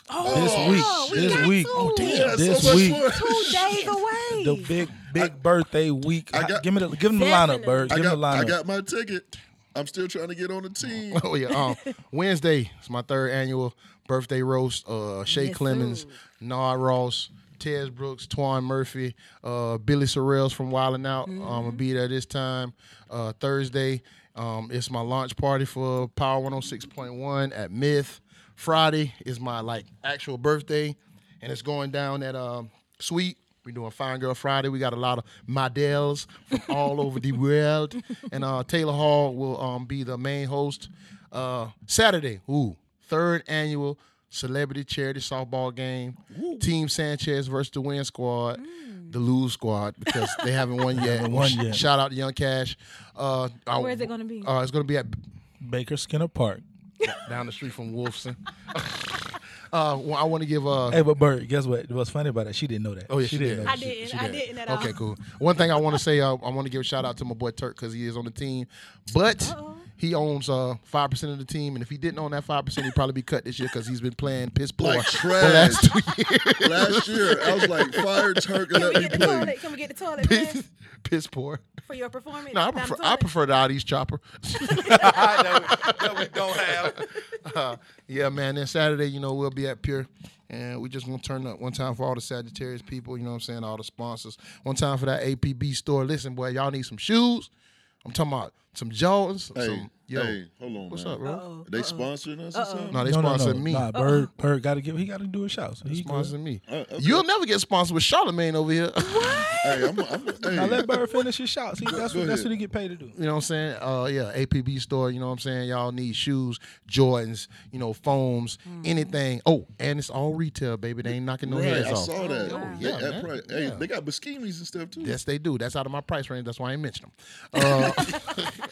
S3: Oh,
S2: This week,
S3: we
S2: this
S3: got
S2: week,
S3: two.
S2: oh
S6: We
S2: damn,
S6: had
S2: this
S6: so much
S2: week,
S6: fun.
S3: Two days away.
S2: the big big birthday week.
S6: I got-
S2: give me the give him the lineup,
S3: Definitely.
S2: Bird.
S6: I
S2: Give him
S6: got,
S2: the lineup.
S6: I got my ticket. I'm still trying to get on the team.
S5: Oh yeah. Um, Wednesday is my third annual birthday roast. Uh, Shay
S3: Yes,
S5: Clemens,
S3: sir.
S5: Nard Ross, Tez Brooks, Twan Murphy, uh, Billy Sorrells from Wildin' Out. I'm
S3: Mm-hmm.
S5: gonna be there this time. Uh, Thursday, um, it's my launch party for Power 106.1 at Myth. Friday is my like actual birthday, and it's going down at um, Sweet. We're doing Fine Girl Friday. We got a lot of models from all over the world. And uh, Taylor Hall will um, be the main host. Uh, Saturday, ooh, third annual celebrity charity softball game. Team Sanchez versus the win squad,
S3: Mm.
S5: the lose squad, because they haven't won yet.
S2: Haven't won yet.
S5: Shout out to Young Cash. Uh, I-
S3: Where's it gonna be?
S5: Uh, it's going to be at
S2: Baker Skinner Park.
S5: down the street from Wolfson. uh, well, I want to give. Uh,
S2: Hey, but Bird, guess what? What's funny about that? She didn't know that.
S5: Oh yeah, she,
S2: didn't
S5: did.
S2: know.
S3: I didn't. I didn't at all.
S5: Okay, cool. One thing I want to say, uh, I want to give a shout out to my boy Turk because he is on the team, but he owns uh five percent of the team, and if he didn't own that five percent, he'd probably be cut this year because he's been playing piss poor
S6: Like
S5: the
S6: trash.
S5: last two years.
S6: Last year, I was like, fire Turk and let
S3: Can
S6: me
S3: we get the
S6: play.
S3: toilet? Can we get the toilet please,
S5: piss poor.
S3: for your performance?
S5: No, I
S3: Down the
S5: prefer I
S3: toilet?
S5: prefer the Audis chopper.
S4: that we don't have.
S5: Uh, yeah, man. Then Saturday, you know, we'll be at Pure. And we just want to turn up one time for all the Sagittarius people, you know what I'm saying? All the sponsors. One time for that APB store. Listen, boy, y'all need some shoes. I'm talking about some Jordans.
S6: Hey,
S5: some, yo,
S6: hey, hold on,
S5: what's
S6: man.
S5: up, bro?
S2: Oh,
S6: They sponsoring us or something?
S5: No, they
S2: No, no,
S5: sponsored
S2: no.
S5: me.
S2: Nah,
S3: Uh-uh.
S2: Bird, Bird got to give. He got to do a shout. So he
S5: sponsored
S2: good.
S5: me.
S6: Uh, okay.
S5: You'll never get sponsored with Charlemagne over here.
S6: Hey, I'm, I'm hey.
S2: Now let Bird finish his shots. He, that's,
S6: go
S2: what, that's
S6: ahead.
S2: what he get paid to do.
S5: You know what I'm saying? Uh, yeah, APB store. You know what I'm saying? Y'all need shoes, Jordans, you know, foams, anything. Oh, and it's all retail, baby. They ain't knocking no
S6: Right,
S5: heads
S6: I
S5: off.
S6: saw
S2: Oh,
S6: that.
S5: yeah,
S6: yeah, that
S5: man.
S6: probably- hey,
S5: Yeah.
S6: they got biskinis and stuff too.
S5: Yes, they do. That's out of my price range. That's why I ain't mention them. Uh,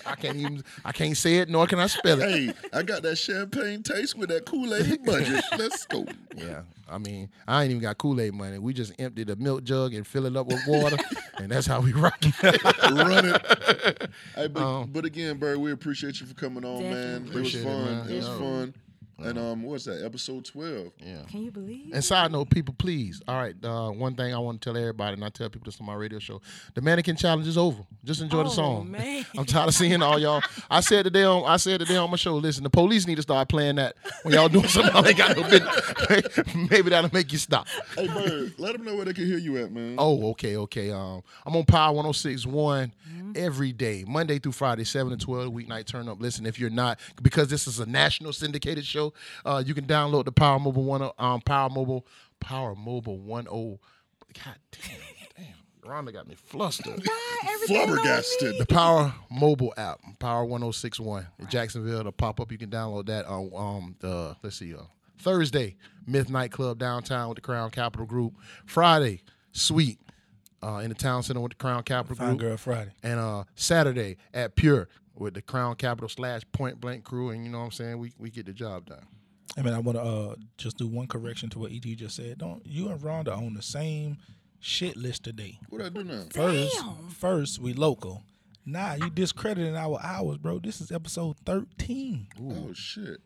S5: I can't even. I can't say it, nor can I spell it.
S6: Hey, I got that champagne taste with that Kool Aid budget. Let's go.
S5: Yeah, I mean, I ain't even got Kool Aid money. We just empty the milk jug and fill it up with water, and that's how we rock. it.
S6: Run it. Hey, but,
S5: Um,
S6: but again, Bird, we appreciate you for coming on, man. It was
S5: Appreciate it,
S6: fun. It,
S5: man.
S6: was
S5: Yeah.
S6: fun. And um, what's that? Episode twelve.
S3: Can you believe?
S5: And side note, people, please. All right, uh, one thing I want to tell everybody, and I tell people this on my radio show: the mannequin challenge is over. Just enjoy the
S3: Oh,
S5: song.
S3: man.
S5: I'm tired of seeing all y'all. I said today on I said today on my show. Listen, the police need to start playing that when y'all doing something. y'all ain't got no business. Maybe that'll make you stop.
S6: Hey, Bird, let them know where they can hear you at, man.
S5: Oh, okay, okay. Um, I'm on Power 1061 every day, Monday through Friday, 7 to 12, weeknight turn up. Listen, if you're not, because this is a national syndicated show, uh, you can download the Power Mobile One, um, Power Mobile, Power Mobile 10. God damn, damn. Rhonda got me flustered.
S6: Flabbergasted.
S5: The Power Mobile app, Power 1061 in Jacksonville, the pop up. You can download that on um, the, let's see, uh, Thursday, Myth Nightclub downtown with the Crown Capital Group. Friday, Sweet uh, in the Town Center with the Crown Capital
S2: Fine
S5: Group.
S2: girl Friday.
S5: And uh, Saturday at Pure with the Crown Capital slash Point Blank crew. And you know what I'm saying? We, we get the job done.
S2: I mean, I want to uh, just do one correction to what Et just said. Don't you and Rhonda on the same shit list today?
S6: What I do now?
S2: First, first we local. Nah, you discrediting our hours, bro. This is episode thirteen.
S6: Oh shit.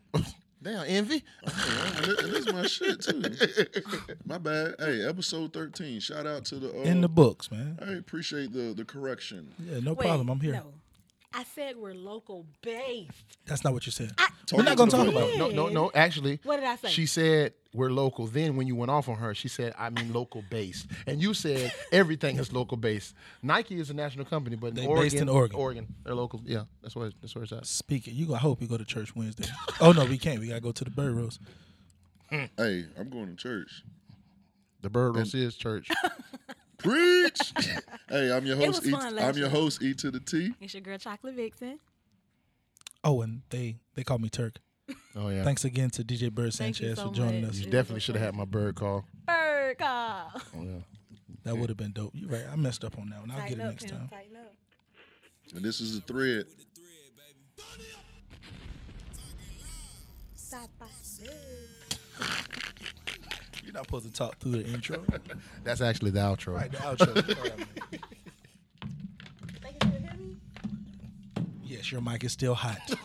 S5: Damn, Envy.
S6: And thi- and this is my shit too. My bad. Hey, episode thirteen. Shout out to the. Uh,
S2: In the books, man.
S6: I appreciate the the correction.
S2: Yeah, no
S3: Wait,
S2: problem. I'm here.
S3: No. I said we're local based.
S2: That's not what you said.
S6: Talking
S2: We're not
S6: to
S2: gonna
S6: the
S2: talk
S6: boy.
S2: about it.
S5: No, no, no. Actually,
S3: What did I say?
S5: She said we're local. Then when you went off on her, she said I mean local based, and you said everything is local based. Nike is a national company, but in
S2: They
S5: Oregon,
S2: based in Oregon.
S5: they're local. Yeah, that's where that's where it's at.
S2: Speaking, you gonna I hope you go to church Wednesday. oh no, we can't. We gotta go to the bird roast.
S6: Hey, I'm going to church.
S5: The Bird Rosiers Church.
S6: Preach. hey, I'm your host.
S3: was
S6: E,
S3: fun
S6: I'm
S3: last
S6: your
S3: year.
S6: host. E to the T.
S3: It's your girl, Chocolate Vixen.
S2: Oh, and they they call me Turk.
S5: Oh yeah.
S2: Thanks again to DJ Bird
S3: Thank you
S2: Sanchez
S3: so
S2: for joining
S3: much.
S2: us.
S5: You definitely should have had my bird call.
S3: Bird call.
S5: Oh, yeah.
S2: That would have been dope. You're right. I messed up on that one. I'll get
S3: Tighten
S2: it
S3: up,
S2: next
S3: Pam.
S2: time.
S3: Tighten up.
S6: And this is the thread.
S3: Stop by.
S2: You're not supposed to talk through the intro.
S5: That's actually the outro.
S2: right, the outro. All right, man.
S3: They can still hear me?
S2: yes, your mic is still hot.